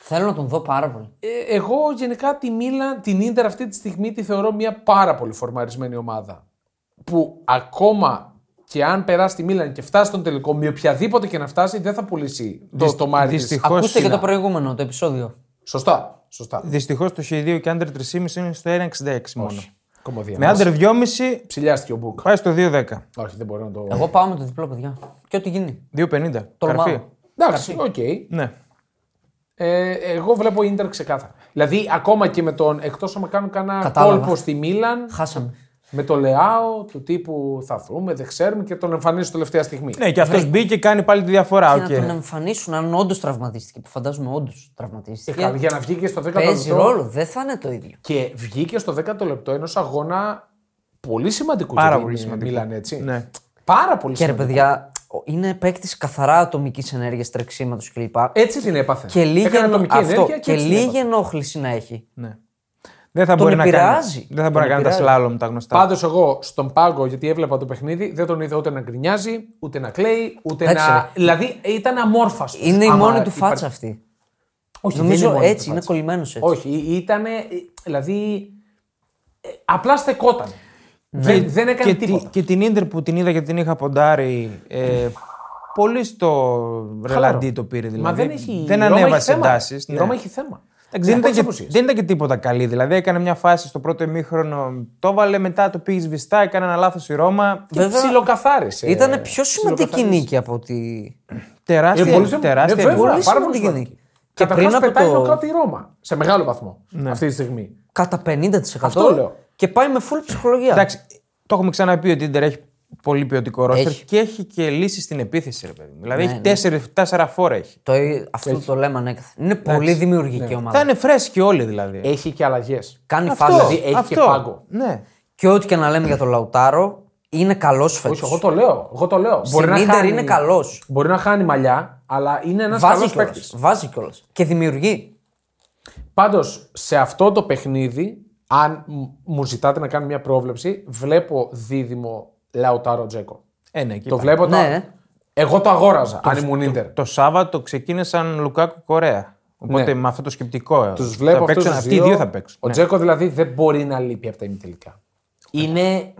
C: Θέλω να τον δω πάρα πολύ.
B: Ε, εγώ γενικά τη Μίλα, την Ίντερ αυτή τη στιγμή τη θεωρώ μια πάρα πολύ φορμαρισμένη ομάδα. Που ακόμα και αν περάσει τη Μίλαν και φτάσει στον τελικό, με οποιαδήποτε και να φτάσει, δεν θα πουλήσει το, το μάρι της.
A: δυστυχώς. Πώς
C: Ακούστε και
A: είναι.
C: το προηγούμενο, το επεισόδιο.
B: Σωστά. Σωστά.
A: Δυστυχώς το Χ2 και Under 3,5 είναι στο 1,66 μόνο.
B: Κομμωδία.
A: Με Under 2,5
B: Ψηλιάστηκε ο Μπουκ.
A: πάει στο 2,10.
B: Όχι, δεν μπορεί να το.
C: Εγώ πάω με το διπλό, παιδιά. Και ό,τι γίνει.
A: 2,50.
C: Τολμάω.
A: Καρφί.
B: Εντάξει, οκ.
A: Ναι.
B: Ε, εγώ βλέπω Ίντερ ξεκάθαρα. Δηλαδή, ακόμα και με τον. Εκτός αν κάνουν κανένα
C: Κατάλαβα.
B: κόλπο στη Μίλαν,
C: Χάσαμε.
B: με το Λεάο, του τύπου θα δούμε, δεν ξέρουμε και τον εμφανίζει τελευταία στιγμή.
A: Ναι, και αυτός μπήκε κάνει πάλι τη διαφορά.
C: Και να
A: Okay.
C: τον εμφανίσουν αν όντως τραυματίστηκε. Που φαντάζομαι όντως τραυματίστηκε.
B: Καλά, Για να βγει και στο 10ο
C: Παίζει
B: λεπτό.
C: ρόλο, δεν θα είναι το ίδιο.
B: Και βγήκε στο 10ο λεπτό ενός αγώνα πολύ σημαντικού.
A: Πάρα
B: για την
A: πολύ σημαντικό.
B: Μίλαν, έτσι.
A: Ναι.
B: Πάρα πολύ
C: Και ρε
B: σημαντικό.
C: παιδιά, ο- είναι παίκτης καθαρά ατομικής ενέργειας τρεξίματος κλπ.
B: Έτσι την έπαθε.
C: Και λίγη,
B: Έκανε
C: ενο-
B: ατομική
C: αυτό,
B: ενέργεια και,
C: και
B: έτσι Ναι. την
C: λίγη
B: έπαθε.
C: ενόχληση να έχει.
A: Δεν θα μπορεί να κάνει,
C: επηρεάζει.
A: δεν θα μπορεί να κάνει τα σλάλομ τα γνωστά.
B: Πάντως, εγώ στον πάγκο, γιατί έβλεπα το παιχνίδι, δεν τον είδα ούτε να γκρινιάζει, ούτε να κλαίει, ούτε
C: Εντάξει,
B: να.
C: ρε.
B: Δηλαδή ήταν αμόρφαστος.
C: Είναι η μόνη του φάτσα αυτή.
B: Όχι, δεν
C: Νομίζω
B: η μόνη
C: έτσι,
B: του
C: είναι
B: φάτσα.
C: κολλημένος έτσι.
B: Όχι, ήταν. Δηλαδή. ε, Απλά ε, στεκόταν. Δεν, δεν έκανε
A: Ναι. και,
B: τίποτα.
A: τη- και την ντερ που την είδα και την είχα ποντάρει. Ε, πολύ στο ρελαντί το πήρε δηλαδή.
B: Μα δεν έχει.
A: δεν
B: η Ρώμα
A: ανέβασε
B: έχει θέμα.
A: εντάσεις.
B: Η Ρώμα έχει θέμα.
A: Δεν ήταν,
B: Πόσες
A: και,
B: απουσίες.
A: δεν ήταν και τίποτα καλή. Δηλαδή, έκανε μια φάση στο πρώτο ημίχρονο, το βάλε, μετά το πήγε σβηστά, έκανε ένα λάθος η Ρώμα.
C: Βέβαια,
B: Ψιλοκαθάρισε.
C: Ήταν πιο σημαντική
B: ψιλοκαθάρισε.
C: νίκη από ότι.
A: Τεράστια,
B: Ε, πολύ σημα-
A: τεράστια
B: ε, βέβαια.
A: εικόνα.
C: Πολύ
B: πάρα
C: σημαντική
B: πολύ
C: νίκη. Και
B: Και
C: πριν
B: Καταρχάς
C: από
B: πετάει
C: το.
B: νοκάουτ η Ρώμα. Σε μεγάλο βαθμό. Αυτή τη στιγμή.
C: Κατά 50%.
B: Αυτό λέω.
C: Και πάει με full ψυχολογία.
A: Εντάξει, το έχουμε ξαναπεί ότι η Ιντερ έχει πολύ ποιοτικό
C: Έχει.
A: ρόστερ και έχει και λύσεις στην επίθεση, ρε παιδί μου.
B: Ναι,
A: Δηλαδή, έχει τέσσερι- τέσσερα φόρα. Έχει.
C: Το, ε- αυτό το λέμε ανέκαθεν. Είναι πολύ δημιουργική
B: Ναι.
C: ομάδα.
A: Θα είναι φρέσκοι όλοι δηλαδή.
B: Έχει και αλλαγές.
C: Κάνει
A: Αυτό,
C: φάση.
B: Δηλαδή, έχει και
A: αυτό.
B: πάγκο.
A: Ναι.
C: Και ό,τι και να λέμε για τον Λαουτάρο, είναι καλός φέτο.
B: Όχι, εγώ το λέω. Εγώ το λέω.
C: Στην Ίντερ
B: χάνει-
C: είναι καλός.
B: Μπορεί να χάνει μαλλιά, αλλά είναι ένας
C: Βάζει
B: καλός
C: κιόλας.
B: παίκτης.
C: Βάζει κιόλας. Και δημιουργεί.
B: Πάντως, σε αυτό το παιχνίδι, αν μ- μου ζητάτε να κάνω μια πρόβλεψη, βλέπω δίδυμο Λαουτάρο Τζέκο.
A: Ε, ναι, εκεί
B: Το
A: πάει.
B: βλέπω. το-
C: Ναι.
B: Εγώ το αγόραζα, αν ήμουν Ίντερ.
A: Το Σάββατο ξεκίνησαν Λουκάκου Κορέα. Οπότε
B: Ναι.
A: με αυτό το σκεπτικό. ε,
B: Τους
A: θα
B: βλέπω
A: παίξουν,
B: αυτούς τους
A: Αυτοί οι δύο θα παίξουν.
B: Ο
A: ναι.
B: Τζέκο δηλαδή δεν μπορεί να λείπει από τα ημιτελικά. Είναι,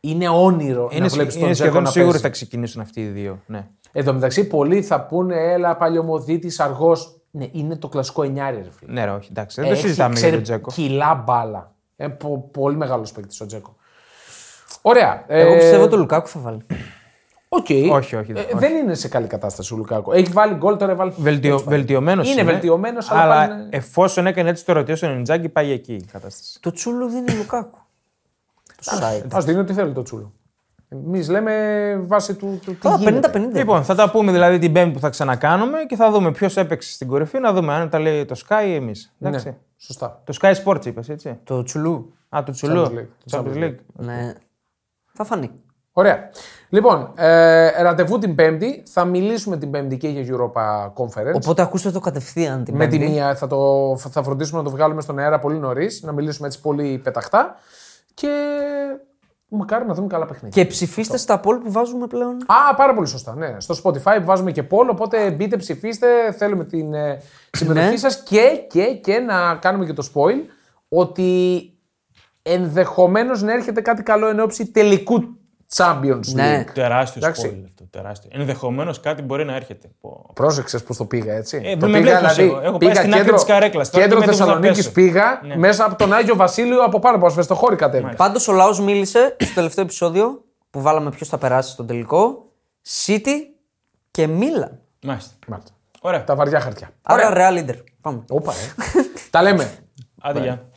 B: είναι όνειρο
A: Είναι,
B: να
A: σχε-
B: βλέπεις τον
A: είναι
B: Τζέκο
A: σχεδόν
B: να
A: σίγουροι
B: παίζει.
A: θα ξεκινήσουν αυτοί οι δύο. Ναι.
B: Εν τω μεταξύ, πολλοί θα πούνε έλα παλιωμοδίτης αργός. Ναι, είναι το κλασικό εννιάρι, ρε φίλε.
A: Ναι, ρε, όχι, εντάξει. Δεν το
B: Έχει,
A: συζητάμε για
B: ξέρει,
A: τον Τζέκο.
B: Κιλά μπάλα. Ε, πο- πολύ μεγάλος παίκτης ο Τζέκο. Ωραία. Ε,
C: Εγώ πιστεύω ότι ο Λουκάκου θα βάλει.
B: οκ.
A: Όχι, όχι,
B: Ε,
A: όχι.
B: Δεν είναι σε καλή κατάσταση ο Λουκάκο. Έχει βάλει γκολ τώρα, έβαλε.
A: Βελτιω, βελτιωμένος
B: Είναι βελτιωμένος, αλλά
A: αλλά,
B: πάνε-
A: εφόσον έκανε έτσι το ρωτήσω ο Νιτζάκη, πάει εκεί η κατάσταση.
C: Το Τσούλου δίνει Λουκάκου. το site.
B: Ας Ε, δίνει ό,τι θέλει το τσούλο. Εμείς λέμε βάσει του. του τι
C: Τώρα
B: γίνεται.
C: 50-50.
A: Λοιπόν, θα τα πούμε δηλαδή την Πέμπτη που θα ξανακάνουμε και θα δούμε ποιος έπαιξε στην κορυφή, να δούμε αν τα λέει το Sky ή εμείς.
B: Ναι, σωστά.
A: Το Sky Sports είπες, έτσι.
C: Το Τσουλού.
A: Α, του Τσουλού.
B: Champions League.
A: Champions League.
C: Ναι. Θα φανεί.
B: Ωραία. Λοιπόν, ε, ραντεβού την Πέμπτη. Θα μιλήσουμε την Πέμπτη και για Europa Conference.
C: Οπότε ακούστε το κατευθείαν την
B: Με τη
C: Πέμπτη.
B: μία θα, το, θα φροντίσουμε να το βγάλουμε στον αέρα πολύ νωρίς, να μιλήσουμε έτσι πολύ πεταχτά. Και μακάρι να δούμε καλά παιχνίδια.
C: Και ψηφίστε στα poll που βάζουμε πλέον.
B: Α, πάρα πολύ σωστά. Ναι. Στο Spotify βάζουμε και poll, οπότε μπείτε, ψηφίστε. Θέλουμε την ε, συμμετοχή σας σα και, και, και να κάνουμε και το spoil ότι ενδεχομένως να έρχεται κάτι καλό εν ώψη τελικού Champions League.
C: Ναι.
E: Τεράστιο
B: Εντάξει.
E: spoiler αυτό. Τεράστιο. Ενδεχομένως κάτι μπορεί να έρχεται. Πω.
B: Πρόσεξες πώς το πήγα έτσι.
E: Ε,
B: το
E: με
B: πήγα,
E: βλέπεις εγώ. Έχω πάει στην άκρη της καρέκλας. Τώρα
B: Κέντρο
E: είμαι έτοιμος να
B: Θεσσαλονίκη
E: πέσω.
B: πήγα
E: Ναι.
B: μέσα από τον Άγιο Βασίλειο από πάνω από ασβεστοχώρη κατέβηκα.
C: Πάντως ο λαός μίλησε στο τελευταίο επεισόδιο που βάλαμε ποιος θα περάσει στον τελικό. City και Μίλαν.
E: Μάλιστα.
B: Μάλιστα.
E: Ωραία.
B: Τα βαριά χαρτιά.
C: Άρα Real Leader. Πάμε.
B: Όπα, ε. Τα λέμε.
E: Άντε, γεια.